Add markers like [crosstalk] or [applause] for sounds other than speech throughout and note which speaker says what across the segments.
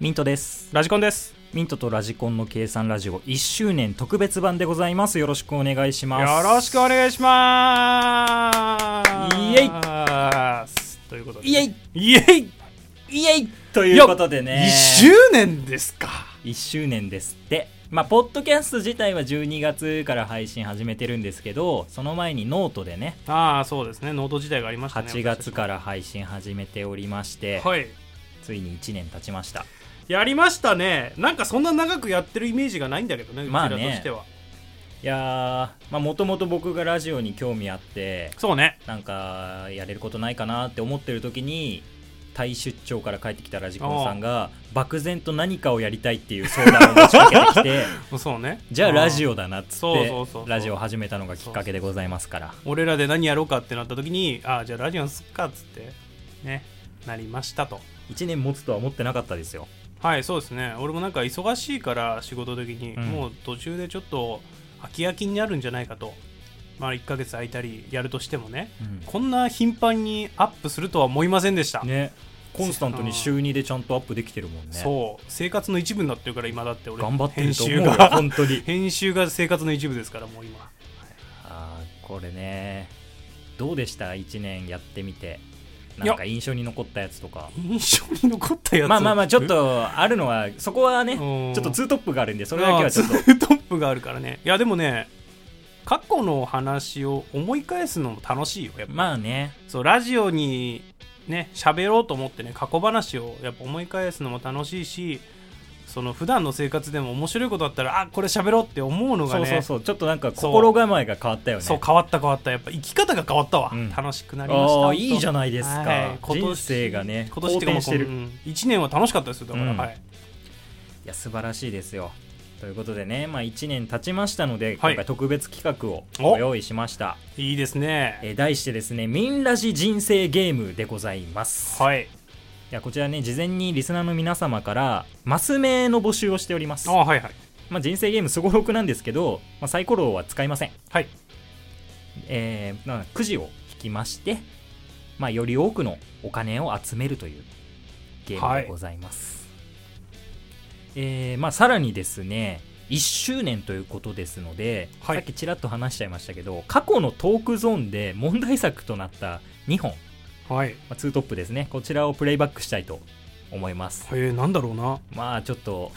Speaker 1: ミントです
Speaker 2: ラジコンです
Speaker 1: ミントとラジコンの計算ラジオ1周年特別版でございますよろしくお願いします
Speaker 2: よろしくお願いします
Speaker 1: イエイ
Speaker 2: ということで
Speaker 1: イエイ
Speaker 2: イエイ
Speaker 1: イエイということでね
Speaker 2: 1周年ですか
Speaker 1: 1周年ですってまあポッドキャスト自体は12月から配信始めてるんですけどその前にノートでね
Speaker 2: ああそうですねノート自体がありましたね
Speaker 1: 8月から配信始めておりまして、
Speaker 2: はい
Speaker 1: ついに1年経ちました
Speaker 2: やりましたねなんかそんな長くやってるイメージがないんだけどねうち
Speaker 1: まあ
Speaker 2: ら
Speaker 1: ね
Speaker 2: としては、
Speaker 1: いやーまあもともと僕がラジオに興味あって
Speaker 2: そうね
Speaker 1: なんかやれることないかなって思ってる時にタイ出張から帰ってきたラジコンさんが漠然と何かをやりたいっていう相談を持ちかけてき [laughs] て
Speaker 2: そうね
Speaker 1: じゃあラジ
Speaker 2: オ
Speaker 1: オだなっつっ
Speaker 2: そうそうそうそ
Speaker 1: て
Speaker 2: う
Speaker 1: ラジオを始めたのがきっかけでございますから
Speaker 2: 俺らで何やろうかってなった時にああじゃあラジオにすっかっつってねなりましたと
Speaker 1: 1年持つとは思ってなかったですよ
Speaker 2: はいそうですね俺もなんか忙しいから仕事的に、
Speaker 1: うん
Speaker 2: もう途中でちょっと飽き飽きになるんじゃないかとまあ1ヶ月空いたりやるとしてもねこんな頻繁にアップするとは思いませんでした、
Speaker 1: ねコンスタントに週2でちゃんとアップできてるもんね
Speaker 2: そう生活の一部になってるから今だって俺
Speaker 1: 頑張ってると思うよ
Speaker 2: 編集が
Speaker 1: 本当 [laughs] に
Speaker 2: 編集が生活の一部ですからもう今
Speaker 1: あーこれねどうでした1年やってみてなんか印象に残ったやつとか
Speaker 2: 印象に残ったやつ
Speaker 1: まあまあまあちょっとあるのはそこはね
Speaker 2: うん
Speaker 1: ちょっとツートップがあるんでそれだけはちょっと
Speaker 2: ああツ [laughs] ートップがあるからねいやでもね過去の話を思い返すのも楽しいよやっぱ、
Speaker 1: まあね
Speaker 2: そうラジオにね喋ろうと思ってね過去話をやっぱ思い返すのも楽しいしその普段の生活でも面白いことだったらあこれ喋ろうって思うのが
Speaker 1: そ
Speaker 2: ね
Speaker 1: うそうそうちょっとなんか心構えが変わったよね
Speaker 2: そう変わった変わったやっぱ生き方が変わったわ、
Speaker 1: うん
Speaker 2: 楽しくなりました
Speaker 1: ああいいじゃないですか、
Speaker 2: はい今年
Speaker 1: 人生がね
Speaker 2: 今年っ
Speaker 1: 好
Speaker 2: てかもう
Speaker 1: 転してる、
Speaker 2: う
Speaker 1: い
Speaker 2: ん1年は楽しかったですよだから、
Speaker 1: うん
Speaker 2: はい
Speaker 1: や素晴らしいですよということでね、まあ、1年経ちましたので、
Speaker 2: はい
Speaker 1: 今回特別企画を
Speaker 2: お
Speaker 1: ご用意しました
Speaker 2: いいですね
Speaker 1: えー題してですね「ミンラジ人生ゲーム」でございます、い、
Speaker 2: はい
Speaker 1: やこちらね事前にリスナーの皆様からマス名の募集をしております
Speaker 2: ああはいはい
Speaker 1: まあ、人生ゲームすごろくなんですけど、まあ、サイコロは使いません、
Speaker 2: はい
Speaker 1: えーまあくじを引きまして、まあ、より多くのお金を集めるというゲームでございます、えーまあ、さらにですね1周年ということですので、
Speaker 2: はい
Speaker 1: さっきちらっと話しちゃいましたけど過去のトークゾーンで問題作となった2本、ま
Speaker 2: はい
Speaker 1: あ、2トップですねこちらをプレイバックしたいと思います
Speaker 2: えー、なんだろうな
Speaker 1: まあちょっ
Speaker 2: [laughs]
Speaker 1: と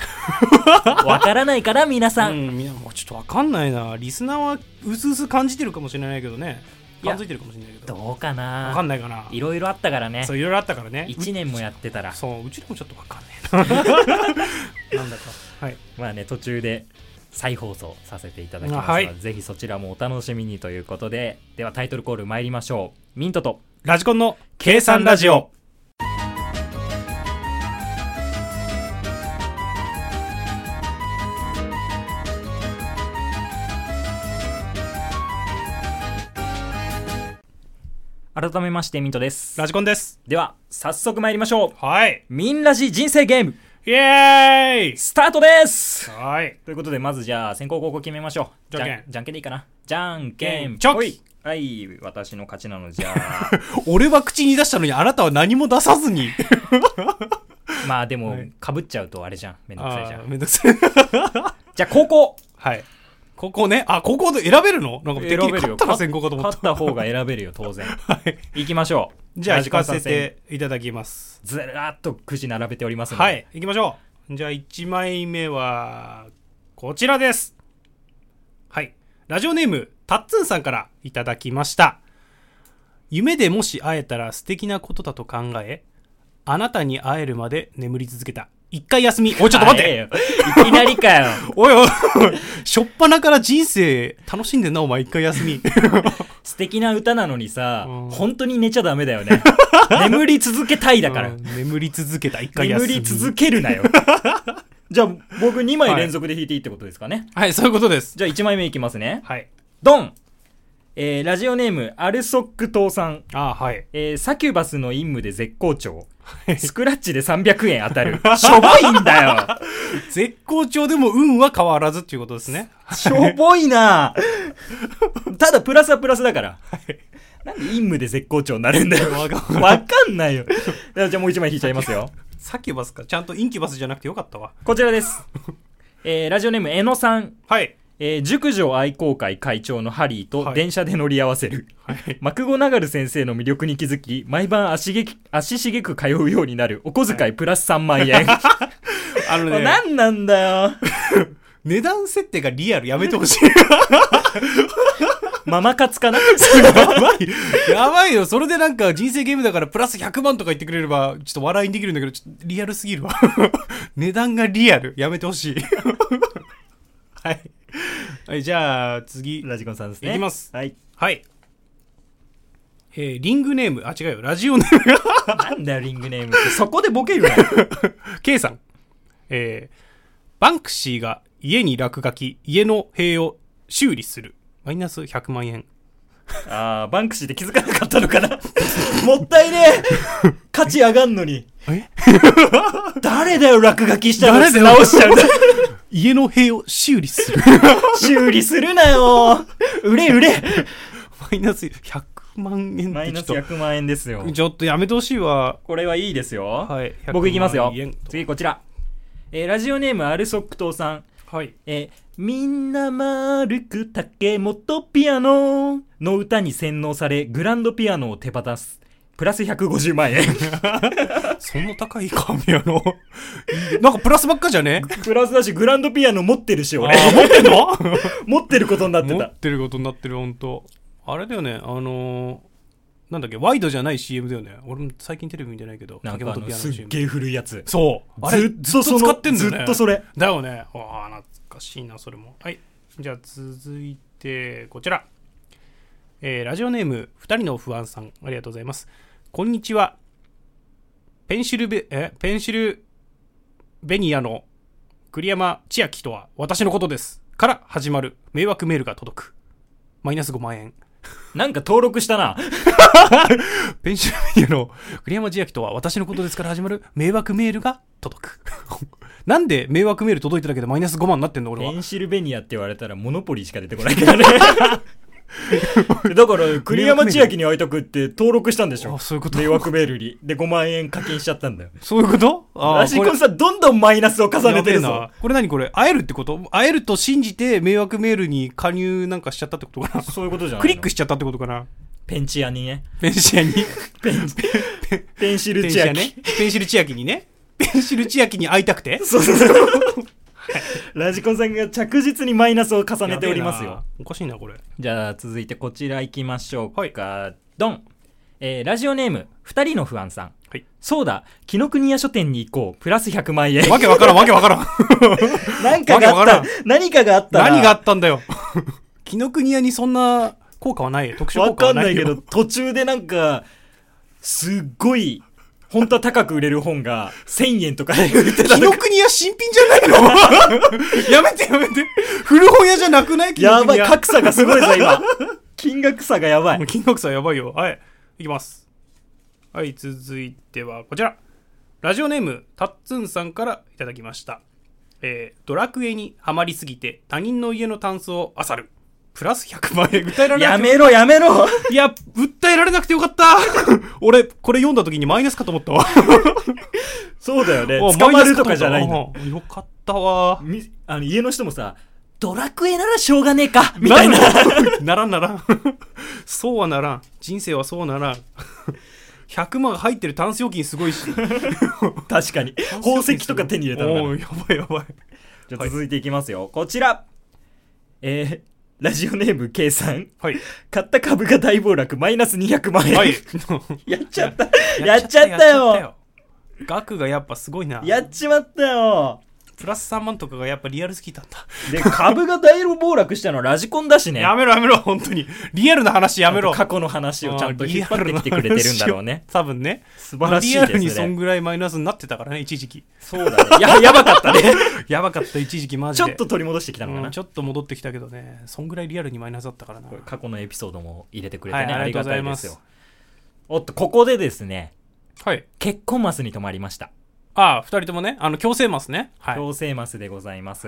Speaker 1: わからないから皆さん
Speaker 2: うん、みんなもうちょっとわかんないなリスナーはうすうす感じてるかもしれないけどね
Speaker 1: いや
Speaker 2: 感づいてるかもしれないけ
Speaker 1: ど
Speaker 2: ど
Speaker 1: うか
Speaker 2: わか
Speaker 1: なん
Speaker 2: ないかない
Speaker 1: ろいろあったからね
Speaker 2: そういろいろあったからね
Speaker 1: 1年もやってた
Speaker 2: う
Speaker 1: ら
Speaker 2: そううちらもちょっとわかんない
Speaker 1: [laughs]
Speaker 2: ななんだかはい
Speaker 1: まあね途中で再放送させていただきますので、
Speaker 2: あはい
Speaker 1: ぜひそちらもお楽しみにということでではタイトルコール参りましょうミントと
Speaker 2: ラジコンの
Speaker 1: 計算ラジオ改めましてミントです
Speaker 2: ラジコンです
Speaker 1: では早速参りましょう
Speaker 2: はい
Speaker 1: ミンラジ人生ゲーム
Speaker 2: イエーイ
Speaker 1: スタートです
Speaker 2: はい
Speaker 1: ということでまずじゃあ先行後攻決めましょう
Speaker 2: じゃんけん
Speaker 1: じゃんけんでいいかなじゃんけん
Speaker 2: チョキ
Speaker 1: ほいはい私の勝ちなのじゃあ
Speaker 2: 俺は口に出したのにあなたは何も出さずに
Speaker 1: [laughs] まあでも
Speaker 2: はい
Speaker 1: かぶっちゃうと [laughs] あれじゃんめんどくさいじゃ
Speaker 2: あー
Speaker 1: ん
Speaker 2: めんどくさい
Speaker 1: じゃあ後攻
Speaker 2: [laughs] はいここねあここで選べるのなんかてっきり勝ったら
Speaker 1: 選
Speaker 2: 先
Speaker 1: べるよ
Speaker 2: 行かと思っ
Speaker 1: 勝った方が選べるよ当
Speaker 2: [laughs]
Speaker 1: 然
Speaker 2: たはい
Speaker 1: 行きましょう
Speaker 2: じゃあ
Speaker 1: ラ
Speaker 2: 引
Speaker 1: ジコ
Speaker 2: か
Speaker 1: ンさん
Speaker 2: せていただきます
Speaker 1: 戦ずらっとくじ並べておりますので
Speaker 2: はい、行きましょう。じゃあ1枚目は、こちらです。はい。ラジオネーム、たっつんさんからいただきました。夢でもし会えたら素敵なことだと考え、あなたに会えるまで眠り続けた。一回休み。おい、ちょっと待っ
Speaker 1: 早
Speaker 2: て。
Speaker 1: えよいきなりかよ
Speaker 2: おいおい、しょっぱなから人生楽しんでんな、お前、一回休み。
Speaker 1: 素敵な歌なのにさ
Speaker 2: うん
Speaker 1: 本当に寝ちゃダメだよ
Speaker 2: [laughs]
Speaker 1: ね眠り続けたいだから
Speaker 2: うん眠り続けた、一回休
Speaker 1: 眠
Speaker 2: み。
Speaker 1: り続けるな
Speaker 2: [laughs]
Speaker 1: よじゃあ僕2枚連続で弾いていいってことですかね、
Speaker 2: はい、そういうことです。
Speaker 1: じゃあ1枚目いきますね
Speaker 2: はい。
Speaker 1: ドン、えーラジオネームアルソック党さん、
Speaker 2: あーはい。
Speaker 1: えーサキュバスの任務で絶好調スクラッチで300円当たるしょぼいん
Speaker 2: [laughs]
Speaker 1: だ
Speaker 2: 絶好調でも運は変わらずっていうことですね。
Speaker 1: よしょぼいなただプラスはプラスだからなんで任務で絶好調になるんだよ
Speaker 2: わかん
Speaker 1: わかんないよじゃあもう1枚引いちゃいますよ
Speaker 2: サキュバスかちゃんとインキュバスじゃなくてよかったわ
Speaker 1: こちらです。えーラジオネーム、えのさん。
Speaker 2: はい
Speaker 1: えー熟女愛好会会長のハリー
Speaker 2: は
Speaker 1: と
Speaker 2: い
Speaker 1: 電車で乗り合わせる。
Speaker 2: はい
Speaker 1: マクゴナガル先生の魅力に気づき、毎晩足げき足しげく通うようになる。お小遣いプラス3万
Speaker 2: [laughs]
Speaker 1: 円。
Speaker 2: あ [laughs] のね
Speaker 1: 何なんだ
Speaker 2: [laughs]
Speaker 1: よ。
Speaker 2: 値段設定がリアルやめてほしい
Speaker 1: ママ活
Speaker 2: [laughs]
Speaker 1: かな
Speaker 2: やばいよそれでなんか人生ゲームだからプラス100万とか言ってくれればちょっと笑いにできるんだけどちょっとリアルすぎるわ [laughs] 値段がリアルやめてほしいはい、 [laughs] はい、じゃあ次
Speaker 1: ラジコンさんですね。
Speaker 2: いきます
Speaker 1: はい。
Speaker 2: はいえー、リングネームあ違うよラジオネーム
Speaker 1: なんだよ、リングネームって。そこでボケる
Speaker 2: [laughs]
Speaker 1: な。
Speaker 2: K さん、えーバンクシーが家に落書き、家の塀を修理する。マイナス100万円。
Speaker 1: あー、バンクシーで気づかなかったのかな [laughs] もったいねえ価値上がんの
Speaker 2: [laughs]
Speaker 1: に。
Speaker 2: え
Speaker 1: 誰だよ、落書きしたの
Speaker 2: 誰だよ
Speaker 1: 直しちゃうんだ。
Speaker 2: 家の塀を修理す [laughs] る。
Speaker 1: 修理するなよ売れ売れ
Speaker 2: マイナス100万円
Speaker 1: [laughs] マ
Speaker 2: っ
Speaker 1: イ
Speaker 2: て
Speaker 1: ナス
Speaker 2: ちょっ
Speaker 1: 100万円ですよ
Speaker 2: と、。ちょっとやめてほしいわ。
Speaker 1: これはいいですよ。
Speaker 2: はい
Speaker 1: 僕いきますよ
Speaker 2: 100万円。と
Speaker 1: 次こちら。えーラジオネームアルソックトーさん。
Speaker 2: はい。
Speaker 1: えーみんな丸く竹本ピアノの歌に洗脳され、グランドピアノを手放す。プラス150万
Speaker 2: [laughs]
Speaker 1: 円。
Speaker 2: そんな高いか、ピアノ。いいなんかプラスばっかじゃね
Speaker 1: プラスだし、グランドピアノ持ってるし、
Speaker 2: あ
Speaker 1: 俺。
Speaker 2: ー、持ってんの
Speaker 1: [laughs] 持ってることになって
Speaker 2: 持
Speaker 1: た
Speaker 2: っ。てることになってる、ほんと。あれだよね、あのーなんだっけ、ワイドじゃない CM だよね。俺も最近テレビ見てないけど、
Speaker 1: なんかあ
Speaker 2: 竹本
Speaker 1: の、
Speaker 2: ピアノ
Speaker 1: す
Speaker 2: の
Speaker 1: っ
Speaker 2: CM
Speaker 1: げえ古いやつ。
Speaker 2: そう。あ
Speaker 1: ず
Speaker 2: れ、ずっ
Speaker 1: っと
Speaker 2: と
Speaker 1: その
Speaker 2: 使ってんだよね。
Speaker 1: ずっとそれ。
Speaker 2: だよね。わあ、懐かしいな、それも。はい。じゃあ、続いて、こちら。えーラジオネーム、二人の不安さん、ありがとうございます。こんにちは。ペンシルベ、え、ペンシルベニアの栗山千秋とは私のことです。から始まる迷惑メールが届く。マイナス5万円。
Speaker 1: なんか登録したな。
Speaker 2: ペンシルベニアの栗山千明とは私のことですから始まる迷惑メールが届く。なんで迷惑メール届いただけでマイナス5万になってんの俺
Speaker 1: ペ
Speaker 2: は。
Speaker 1: ンシルベニアって言われたらモノポリーしか出てこないけ
Speaker 2: [laughs]
Speaker 1: どね。だから、栗山千明に会いたくって登録したんでしょ。
Speaker 2: あそういうこと
Speaker 1: 迷惑メールに。で、5万円課金しちゃったんだよ。
Speaker 2: そういうことあ
Speaker 1: ラジコンさん、どんどんマイナスを重ねてる
Speaker 2: やべえ
Speaker 1: ぞ
Speaker 2: な。これ何これ会えるってこと会えると信じて迷惑メールに加入なんかしちゃったってことかな
Speaker 1: そういうことじゃないの
Speaker 2: クリックしちゃったってことかな
Speaker 1: ペンチ
Speaker 2: [laughs]
Speaker 1: アにね。
Speaker 2: ペンシルに。
Speaker 1: ペン、ペンシ
Speaker 2: ペ
Speaker 1: ル
Speaker 2: ン
Speaker 1: チ
Speaker 2: シ
Speaker 1: ア
Speaker 2: ル
Speaker 1: に。
Speaker 2: [laughs] ね。ペンシル千秋にね。ペンシル千秋に会いたくて
Speaker 1: そうそうそう。ラジコンさんが着実にマイナスを重ねております
Speaker 2: やべ
Speaker 1: よ。
Speaker 2: えな。おかしいな、これ。
Speaker 1: じゃあ続いてこちら行きましょうか。ドン。えーラジオネーム、二人の不安さん。
Speaker 2: はい
Speaker 1: そうだ、紀ノ国屋書店に行こう。プラス100万 [laughs] 円。
Speaker 2: わけわからん、わけわからん。
Speaker 1: 何かがあ
Speaker 2: わ
Speaker 1: っ
Speaker 2: けわ
Speaker 1: た
Speaker 2: か。
Speaker 1: 何かがあったな。
Speaker 2: 何があったんだよ。紀ノ国屋にそんな効果はないよ。特殊
Speaker 1: わ
Speaker 2: 効果
Speaker 1: か
Speaker 2: は
Speaker 1: ん
Speaker 2: な
Speaker 1: ないい
Speaker 2: よ
Speaker 1: けど、途中でなんか、すっごい、本当は高く売れる本 [laughs] が1000円とかで売ってた
Speaker 2: 紀
Speaker 1: の
Speaker 2: ノ国屋新品じ
Speaker 1: [laughs]
Speaker 2: ゃないのやめてやめて。古本屋じゃなくない紀ノ
Speaker 1: やば
Speaker 2: 国
Speaker 1: い、
Speaker 2: 屋
Speaker 1: 格差がすごいぞ、 [laughs] 今。金額差がやば
Speaker 2: もう
Speaker 1: い。
Speaker 2: 金額差やばいよ。はい。いきます。はい、続いてはこちら。ラジオネーム、タッツンさんからいただきました。えードラクエにハマりすぎて他人の家のタンスを漁る。プラス100万円。訴えられなくて
Speaker 1: やめろ、やめろ。
Speaker 2: いや、訴えられなくてよかった [laughs] 俺、これ読んだ時にマイナスかと思ったわ。
Speaker 1: そうだよね
Speaker 2: お。
Speaker 1: 捕まるとかじゃないんだ。
Speaker 2: のよかったわ。
Speaker 1: みあの家の人もさ、ドラクエならしょうがねえ [laughs] かみたいな。
Speaker 2: ん [laughs] ならんならん。そうはならん。人生はそうならん。100万入ってるタンス預金すごいし。
Speaker 1: 確かに。 [laughs] 宝石とか手に入れたのか
Speaker 2: お
Speaker 1: な
Speaker 2: ーやばいやばい。
Speaker 1: じゃあ続いていきますよ。こちら。えー、ラジオネーム K さん。
Speaker 2: はい。
Speaker 1: 買った株が大暴落、マイナス200万円。。
Speaker 2: はい
Speaker 1: [laughs] やっちゃった。やっちゃったよ。。
Speaker 2: 額がやっぱすごいな。
Speaker 1: やっちまったよ。
Speaker 2: プラス3万とかがやっぱリアルすぎたんだ。
Speaker 1: で、株が大暴落したのはラジコンだしね。
Speaker 2: やめろやめろ、本当に。リアルな話やめろ。
Speaker 1: 過去の話をちゃんと引っ張ってきてくれてるんだろうね。
Speaker 2: 多分ね。
Speaker 1: 素晴らしいですね
Speaker 2: リアルにそんぐらいマイナスになってたからね、一時期。
Speaker 1: そうだね。や、やばか [laughs] ったね。
Speaker 2: やばかった、一時期マジ
Speaker 1: ち
Speaker 2: で。
Speaker 1: ょっと取り戻してきたのか
Speaker 2: うん
Speaker 1: な
Speaker 2: ち。ょっと戻ってきたけどね、そんぐらいリアルにマイナスだったからな。
Speaker 1: 過去のエピソードも入れてくれてね、
Speaker 2: はい
Speaker 1: あ
Speaker 2: あり
Speaker 1: り
Speaker 2: が
Speaker 1: が
Speaker 2: とうござ
Speaker 1: た
Speaker 2: い
Speaker 1: いで
Speaker 2: ま
Speaker 1: す
Speaker 2: す
Speaker 1: よ。おっと、ここでですね、
Speaker 2: はい。
Speaker 1: 結婚マスに止まりました。
Speaker 2: ああ、二人ともね、あの、強制マスね。はい。
Speaker 1: 強制マスでございます。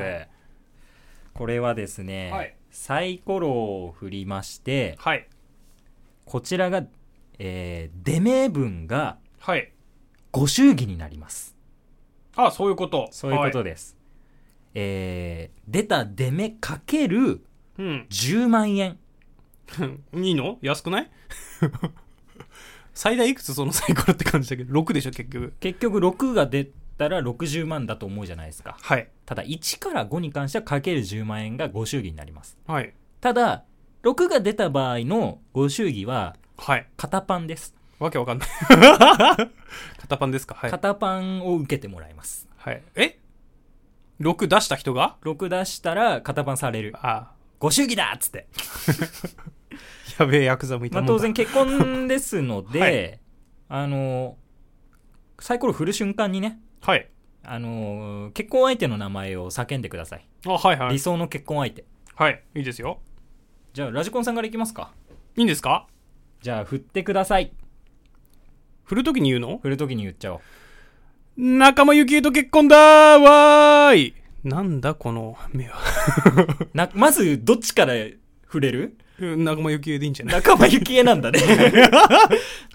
Speaker 1: これはですね、
Speaker 2: はい
Speaker 1: サイコロを振りまして、
Speaker 2: はい。
Speaker 1: こちらが、えー、出名分が
Speaker 2: はい。
Speaker 1: ご祝儀になります。
Speaker 2: あそういうこと
Speaker 1: そういうこと
Speaker 2: で、
Speaker 1: です、えー出た出目かける
Speaker 2: はい
Speaker 1: 10万円
Speaker 2: うん、 [laughs] いいの安くない [laughs] 最大いくつそのサイコロって感じだけど6でしょ結局
Speaker 1: 結局6が出たら60万だと思うじゃないですか
Speaker 2: はい
Speaker 1: ただ1から5に関してはかける10万円がご祝儀になります
Speaker 2: はい
Speaker 1: ただ6が出た場合のご祝儀は
Speaker 2: はい
Speaker 1: 型パンです、
Speaker 2: わけわか
Speaker 1: [laughs]
Speaker 2: んない片パンですかはい、
Speaker 1: 型パンを受けてもらいます
Speaker 2: はい、え6出した人が
Speaker 1: 6出したら型パンされる
Speaker 2: あ
Speaker 1: ご祝儀だっつって、
Speaker 2: やべえヤクザもいた
Speaker 1: まあ、
Speaker 2: もんだ
Speaker 1: 当然結婚ですので、
Speaker 2: [laughs] はい
Speaker 1: あのサイコロ振る瞬間にね
Speaker 2: はい
Speaker 1: あの結婚相手の名前を叫んでください、
Speaker 2: あはいは
Speaker 1: 理
Speaker 2: い
Speaker 1: 想の結婚相手
Speaker 2: はいいいですよ
Speaker 1: じゃあラジコンさんからいきますか
Speaker 2: いいんですか
Speaker 1: じゃあ振ってください
Speaker 2: 振るときに言うの
Speaker 1: 振るときに言っちゃおう
Speaker 2: 仲間由紀恵と結婚だーわーいなんだこの目は [laughs]
Speaker 1: なまずどっちから振れる
Speaker 2: うん仲間由紀恵でいいんじゃない
Speaker 1: 仲間由紀恵なん
Speaker 2: [laughs]
Speaker 1: だね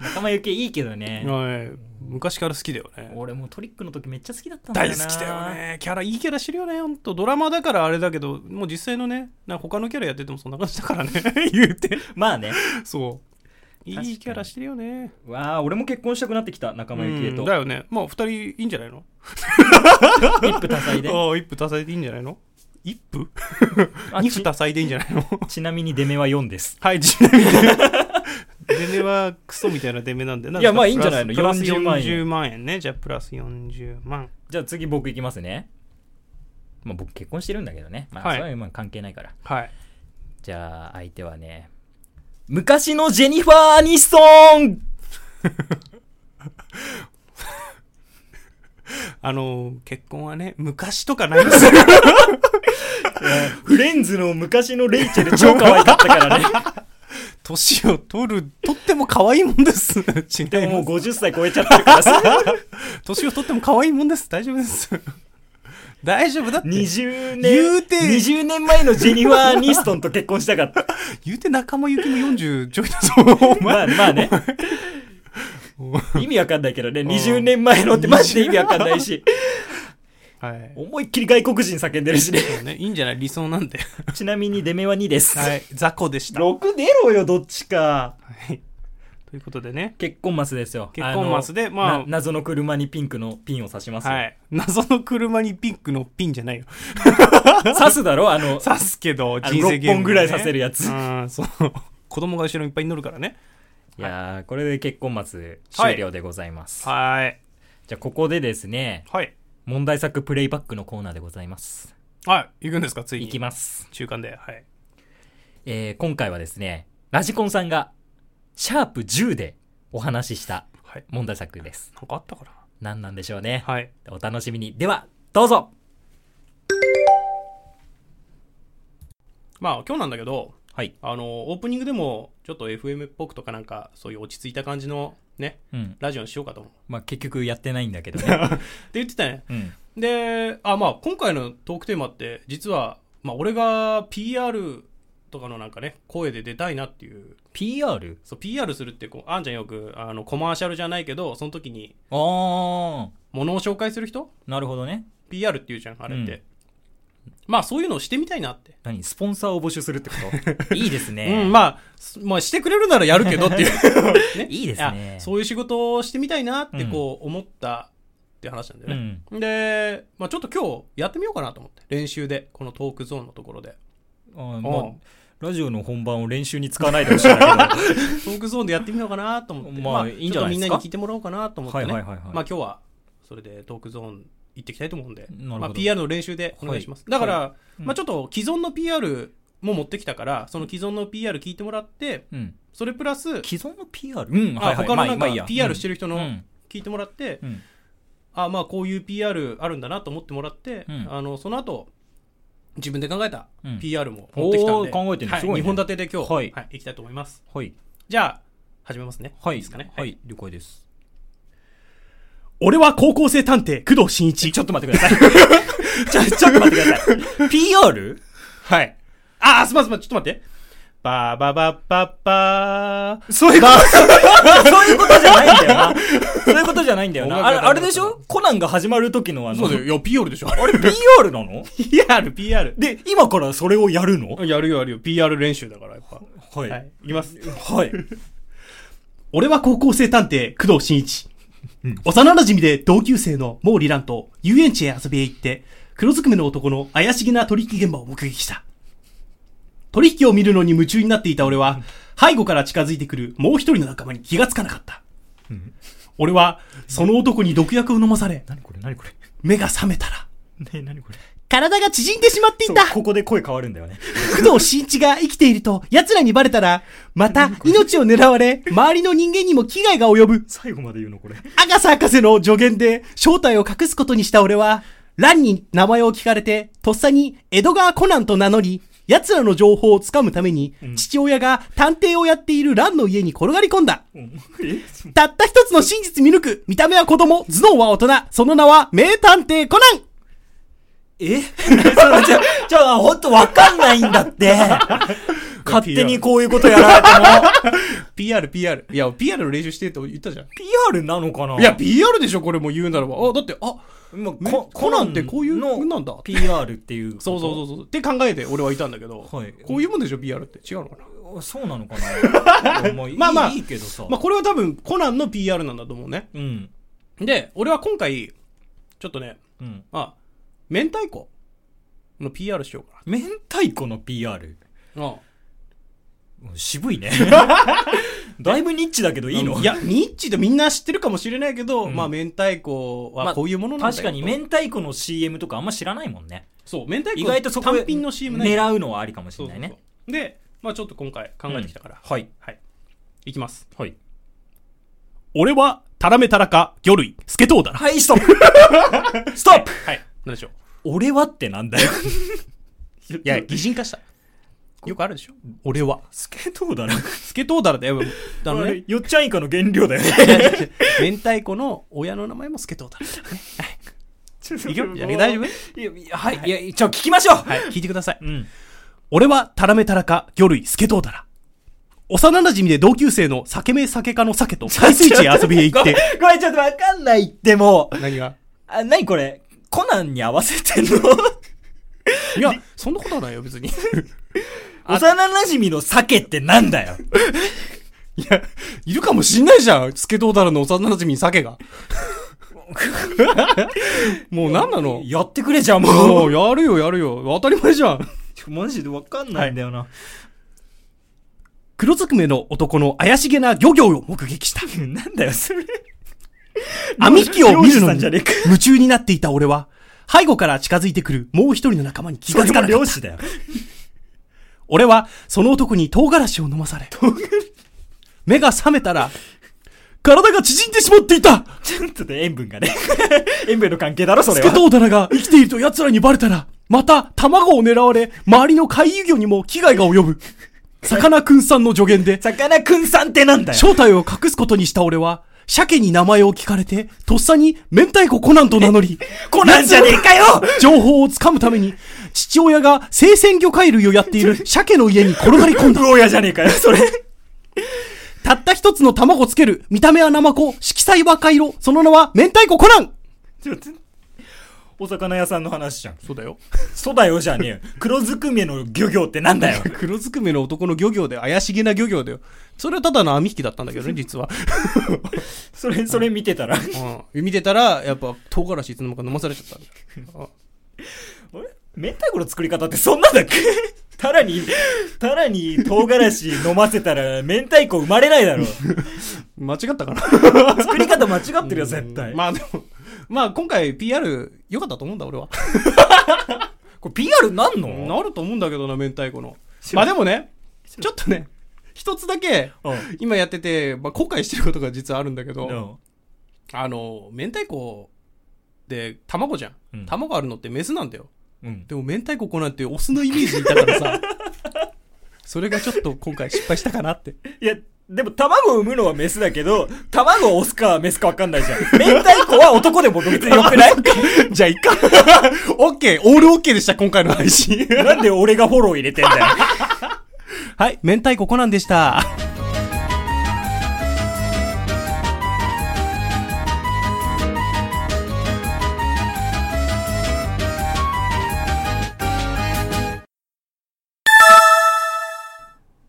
Speaker 1: 仲間由紀恵いいけど [laughs] ね
Speaker 2: はい昔から好きだよね
Speaker 1: 俺もうトリックの時めっちゃ好きだったんだ
Speaker 2: 大
Speaker 1: よな
Speaker 2: 好きだよねキャラいいキャラしてるよねほんとドラマだからあれだけどもう実際のねなんか他のキャラやっててもそんな感じだからね [laughs] 言うて
Speaker 1: まあね
Speaker 2: そう
Speaker 1: 確かに
Speaker 2: いいキャラしてるよね
Speaker 1: わあ俺も結婚したくなってきた仲間由紀恵
Speaker 2: う
Speaker 1: と
Speaker 2: んだよねまあ2人いいんじゃないの
Speaker 1: [laughs] 一夫多妻で
Speaker 2: ああ一夫多妻でいいんじゃないの一夫
Speaker 1: あ
Speaker 2: [laughs] 二
Speaker 1: ち
Speaker 2: 夫多妻でいいんじゃないの
Speaker 1: ちなみに出目は4です
Speaker 2: はいちなみに出目はクソみたいな出目なんでない
Speaker 1: やまあいいんじゃないの
Speaker 2: プラス
Speaker 1: 40万円
Speaker 2: 40万円ねじゃあプラス40万
Speaker 1: じゃあ次僕いきますねまあ僕結婚してるんだけどねまあ
Speaker 2: は
Speaker 1: そ
Speaker 2: い
Speaker 1: れはまあ関係ないから、
Speaker 2: はい
Speaker 1: じゃあ相手はね昔のジェニファー・アニソン
Speaker 2: あの結婚はね昔とかないです [laughs] よ
Speaker 1: フレンズの昔のレイチェル超可愛かった
Speaker 2: [laughs]
Speaker 1: からね
Speaker 2: 年を取る取っても可愛いもんです違います
Speaker 1: でももう50歳超えちゃってるからさ
Speaker 2: 年を取っても可愛いもんです大丈夫です大丈夫だって
Speaker 1: 20年
Speaker 2: 言うて
Speaker 1: 20年前のジェニファー・アニストンと結婚したか
Speaker 2: [laughs]
Speaker 1: った
Speaker 2: 言うて仲間由紀も40ちょいだぞお前
Speaker 1: まあまあ
Speaker 2: [laughs]
Speaker 1: ね意味わかんないけどね20年前のってマジで意味わかんないし
Speaker 2: はい
Speaker 1: 思いっきり外国人叫んでるしね
Speaker 2: そうねいいんじゃない理想なんで
Speaker 1: ちなみに出目 [laughs] は2です、
Speaker 2: はい雑魚でしたは
Speaker 1: 6出ろよどっちか
Speaker 2: いということでね
Speaker 1: 結婚マスですよ
Speaker 2: 結婚マスで
Speaker 1: の
Speaker 2: まあ
Speaker 1: な謎の車にピンクのピンを刺しますよ、
Speaker 2: はい謎の車にピンクのピンじゃないよ
Speaker 1: [laughs] 刺すだろあ
Speaker 2: [laughs]
Speaker 1: の
Speaker 2: 刺すけど
Speaker 1: あの
Speaker 2: 人生ゲーム、ね、
Speaker 1: 六本ぐらい刺せるやつ
Speaker 2: うんそう子供が後ろにいっぱい乗るからね
Speaker 1: いやーこれで結婚マス終了でございます、
Speaker 2: はい
Speaker 1: じゃあここでですね
Speaker 2: はい
Speaker 1: 問題作プレイバックのコーナーでございます
Speaker 2: はい行くんですかついに
Speaker 1: いきます
Speaker 2: 中間ではい
Speaker 1: えー今回はですね、ラジコンさんが、シャープ10でお話しした
Speaker 2: はい
Speaker 1: 問題作です。
Speaker 2: なんかあったかな
Speaker 1: 何なんでしょうね。
Speaker 2: はい
Speaker 1: お楽しみに。では、どうぞ
Speaker 2: まあ今日なんだけど
Speaker 1: はい。
Speaker 2: あのオープニングでもちょっと FM っぽくとかなんかそういう落ち着いた感じのね
Speaker 1: うん。
Speaker 2: ラジオにしようかと思う
Speaker 1: まあ、結局やってないんだけどね。
Speaker 2: って言ってたね
Speaker 1: うん。
Speaker 2: であまあ今回のトークテーマって実は、まあ、俺が PR とかのなんかね声で出たいなっていう
Speaker 1: PR?
Speaker 2: そう PR するってこうあんちゃんよくあのコマーシャルじゃないけどその時に
Speaker 1: あー、
Speaker 2: 物を紹介する人
Speaker 1: なるほどね。
Speaker 2: PR っていうじゃんあれって、
Speaker 1: うん
Speaker 2: まあそういうのをしてみたいなって、
Speaker 1: 何スポンサーを募集するってこと [laughs] いいですね。
Speaker 2: うんまあ、すまあしてくれるならやる
Speaker 1: [laughs]
Speaker 2: けどっていう、ね
Speaker 1: いいですね
Speaker 2: やそういう仕事をしてみたいなってこう思ったって話なんだよね、
Speaker 1: うん。
Speaker 2: で、まあ、ちょっと今日やってみようかなと思って練習でこのトークゾーンのところで、
Speaker 1: あー
Speaker 2: う
Speaker 1: まあ
Speaker 2: ん、
Speaker 1: ラジオの本番を練習に使わないでほしいんだけ
Speaker 2: トークゾーンでやってみようかなと思って
Speaker 1: まあいいんじゃないですか
Speaker 2: ちょっとみんなに聞いてもらおうかなと思って
Speaker 1: [laughs] は
Speaker 2: ね、
Speaker 1: いはいはいはい
Speaker 2: まあ、今日はそれでトークゾーン行っていきたいと思うんで
Speaker 1: なるほど
Speaker 2: まあ、PR の練習でお願いします、
Speaker 1: はい
Speaker 2: だから、
Speaker 1: い
Speaker 2: まあ、ちょっと既存の PR も持ってきたからその既存の PR 聞いてもらって
Speaker 1: ど。うん。
Speaker 2: それプラス、
Speaker 1: 既存の PR? うん、
Speaker 2: まあ他のなん
Speaker 1: まあ
Speaker 2: か
Speaker 1: いいや
Speaker 2: PR してる人の
Speaker 1: うん
Speaker 2: 聞いてもらって、
Speaker 1: うん。
Speaker 2: あまあこういう PR あるんだなと思ってもらって、
Speaker 1: うん
Speaker 2: あのその後自分で考えた
Speaker 1: うん
Speaker 2: PR も持ってきたんで、
Speaker 1: おー考えてんの
Speaker 2: はい
Speaker 1: すごいね
Speaker 2: 2本立てで今日、
Speaker 1: はい
Speaker 2: はい、いきたいと思います
Speaker 1: はい。
Speaker 2: じゃあ始めますね
Speaker 1: はい。
Speaker 2: ですかね
Speaker 1: はい、了解です。
Speaker 2: 俺は高校生探偵工藤新一
Speaker 1: ちょっと待ってくださ
Speaker 2: [laughs]
Speaker 1: い。ちょ、ちょっと待ってください。PR?
Speaker 2: はいああすまんすまんちょっと待ってパーババッパッパー。そういう
Speaker 1: まあ、 [laughs] そういうことじゃないんだよな。 [laughs] そういうことじゃないんだよな。あれあれでしょコナンが始まる時のあの、
Speaker 3: そうだよ。いや、PR で
Speaker 2: [laughs]
Speaker 3: しょ。
Speaker 1: あれ PR なの
Speaker 2: PR、PR。
Speaker 1: で、今からそれをやるの
Speaker 2: やるよ、やるよ。PR 練習だから、やっぱ。
Speaker 1: は
Speaker 2: はい。いきます。
Speaker 1: はい。
Speaker 2: 俺は高校生探偵、工藤新一。幼馴染で同級生の毛利蘭と遊園地へ遊びへ行って、黒ずくめの男の怪しげな取引現場を目撃した。取引を見るのに夢中になっていた俺は、背後から近づいてくるもう一人の仲間に気がつかなかった。俺は、その男に毒薬を飲まされ、
Speaker 1: 何これ何これ [laughs]
Speaker 2: 目が覚めたら、
Speaker 1: ね何これ
Speaker 2: 体が縮んでしまってい
Speaker 1: そう
Speaker 2: た
Speaker 1: ここで声変わるんだよね。
Speaker 2: 工藤新一が生きていると奴らにバレたら、また命を狙われ、周りの人間にも危害が及ぶ。
Speaker 1: 最後まで言うのこれ。
Speaker 2: アガサ博士の助言で正体を隠すことにした俺は、蘭に名前を聞かれて、とっさに江戸川コナンと名乗り、奴らの情報をつかむために、父親が探偵をやっている蘭の家に転がり込んだ。
Speaker 1: うんえ
Speaker 2: たった一つの真実見抜く、見た目は子供、頭脳は大人、その名は名探偵コナン
Speaker 1: え [laughs] そうじゃ、じゃあ、ほんとわかん [laughs] ないんだって。勝手にこういうことやられても。 [laughs]
Speaker 3: PR、PR。いや、PR の練習してって言ったじゃん。
Speaker 1: PR なのかない
Speaker 3: や、PR でしょ、これもう言うならば。あ、だって、あ、
Speaker 1: もう
Speaker 3: ね
Speaker 1: コ
Speaker 3: コナンってこういう
Speaker 1: の
Speaker 3: もんなんだ
Speaker 1: PR っていうこと。
Speaker 3: そうそうそうそう。って考えて俺はいたんだけど、
Speaker 1: はい
Speaker 3: こういうもんでしょ、PR って。違うのかな。
Speaker 1: う。そうなのか [laughs] なまあ
Speaker 3: まあまあ
Speaker 1: いいけどさ。
Speaker 3: まあ、これは多分、コナンの PR なんだと思うね。
Speaker 1: うん。
Speaker 3: で、俺は今回、ちょっとね、
Speaker 1: うん。
Speaker 3: まあ、明太子の PR しようか
Speaker 1: 明太子の PR。
Speaker 3: な。あ
Speaker 1: うん渋 [laughs] いね。だいぶニッチだけどいいの
Speaker 3: いや、ニッチでみんな知ってるかもしれないけど、
Speaker 1: うん
Speaker 3: まあ、明太子
Speaker 1: ま
Speaker 3: は
Speaker 1: あ
Speaker 3: こういうものなんだよ、
Speaker 1: 確かに明太子の CM とかあんま知らないもんね。
Speaker 3: そう、明太子
Speaker 1: 意外とそこ
Speaker 3: 単品の CM ない。
Speaker 1: 狙うのはありかもし
Speaker 3: そう
Speaker 1: れ
Speaker 3: そ
Speaker 1: な
Speaker 3: う
Speaker 1: いね。
Speaker 3: そうで、まあ、ちょっと今回考えてきたから。
Speaker 1: はい。
Speaker 3: はい。いきます。
Speaker 1: はい。
Speaker 2: 俺は、タラメタラか、魚類、スケトウだな。
Speaker 1: はい、ストッ [laughs] プストップ
Speaker 3: はい。何でしょう。
Speaker 1: 俺はってなんだよ。
Speaker 3: いや、擬人化した。よくあるでしょ。俺は。
Speaker 1: スケトウだな。
Speaker 3: スケトウダ [laughs] ラだよ。あの
Speaker 1: [laughs] あ
Speaker 3: ね
Speaker 1: れ、よっちゃん以下の原料だよね。
Speaker 3: 明太子の親の名前もスケトウダラ。いくよいや大丈夫
Speaker 1: いやいやはい、いや、ちょ、聞きましょう
Speaker 3: はい、聞いてください。
Speaker 1: うん。
Speaker 2: 俺は、タラメタラか、魚類、スケトウだな。幼馴染で同級生の酒目酒家の酒と、海水地へ遊びへ行って、
Speaker 1: これちょっとわかんないってもう。
Speaker 3: 何が
Speaker 1: あ、なにこれコナンに合わせてんの
Speaker 3: いや、そんなことはないよ、別に。
Speaker 1: 幼馴染の鮭ってなんだよ。
Speaker 3: いや、 [laughs] いるかもしんないじゃん。スケトウダラの幼馴染に鮭
Speaker 2: [laughs]
Speaker 3: が。もう何なの
Speaker 1: やってくれじゃん、も
Speaker 3: もう、やるよ、やるよ。当たり前じゃん。
Speaker 1: う。 [laughs] マジでわかんないんだよな。
Speaker 2: 黒ずくめの男の怪しげな漁業を目撃した。
Speaker 1: なんだよ、それ。
Speaker 2: 網引きを見
Speaker 1: 漁師
Speaker 2: るの
Speaker 1: さん
Speaker 2: に
Speaker 1: じゃねえか
Speaker 2: 夢中になっていた俺は、背後から近づいてくるもう一人の仲間に気がつかなかっ
Speaker 1: 漁
Speaker 2: た。
Speaker 1: 師だよ。
Speaker 2: 俺は、その男に唐辛子を飲まされ、目が覚めたら、体が縮んでしまっていた
Speaker 1: ちょっとね、塩分がね。塩分の関係だろ、そ
Speaker 2: ス
Speaker 1: れ
Speaker 2: ケ
Speaker 1: は。
Speaker 2: トウダラが生きていると奴らにバレたら、また卵を狙われ、周りの海遊魚にも危害が及ぶ。さかなクンさんの助言で、
Speaker 1: さかなクンさんってなんだよ。
Speaker 2: 正体を隠すことにした俺は、鮭に名前を聞かれて、とっさに明太子コナンと名乗り、
Speaker 1: コナンじゃねえかよ
Speaker 2: 情報をつかむために、父親が生鮮魚介類をやっている鮭の家に転がり込んだ。
Speaker 1: 不親じゃねえかよ、それ。
Speaker 2: たった一つの卵つける、見た目はナマコ、色彩は赤色、その名は明太子コナン
Speaker 1: ちょっとお魚屋さんの話じゃん。
Speaker 3: そうだよ。
Speaker 1: そうだよじゃねえよ。黒ずくめの漁業ってなんだよ。
Speaker 3: [laughs] 黒ずくめの男の漁業で、怪しげな漁業だよ。それはただの網引きだったんだ [laughs] けどね、実は。
Speaker 1: それ、それ見てたら。あ
Speaker 3: うん。見てたら、やっぱ、唐辛子いつの間にか飲まされちゃったんだよ。
Speaker 1: れ明太子の作り方ってそんなんだっけたらに、たらに唐辛子飲ませたら明太子生まれないだろ。
Speaker 3: [laughs] 間違ったかな
Speaker 1: 作り方間違ってるよ、絶対。
Speaker 3: まあでも、まあ今回 PR 良かったと思うんだ、俺は。
Speaker 1: これ PR なんの
Speaker 3: なると思うんだけどな、明太子の。まあでもね、ちょっとね、一つだけ、
Speaker 1: うん
Speaker 3: 今やってて、まあ、後悔してることが実はあるんだけど、
Speaker 1: うん。
Speaker 3: あの、明太子で卵じゃん,、
Speaker 1: うん
Speaker 3: 卵あるのってメスなんだよ。
Speaker 1: うん。
Speaker 3: でも明太子粉なんてオスのイメージいたから
Speaker 2: [laughs]
Speaker 3: さ、それがちょっと今回失敗したかな
Speaker 2: [laughs]
Speaker 3: って。
Speaker 1: いや、でも卵を産むのはメスだけど、卵をオスかメスかわかんないじゃん。明太子は男でも別に良くない
Speaker 3: じゃ [laughs] あいっか。
Speaker 2: [laughs]
Speaker 3: オッケー、オールオッケーでした、今回の配信。
Speaker 1: なんで俺がフォロー入れてんだよ。
Speaker 3: はい、明太子コナンでした。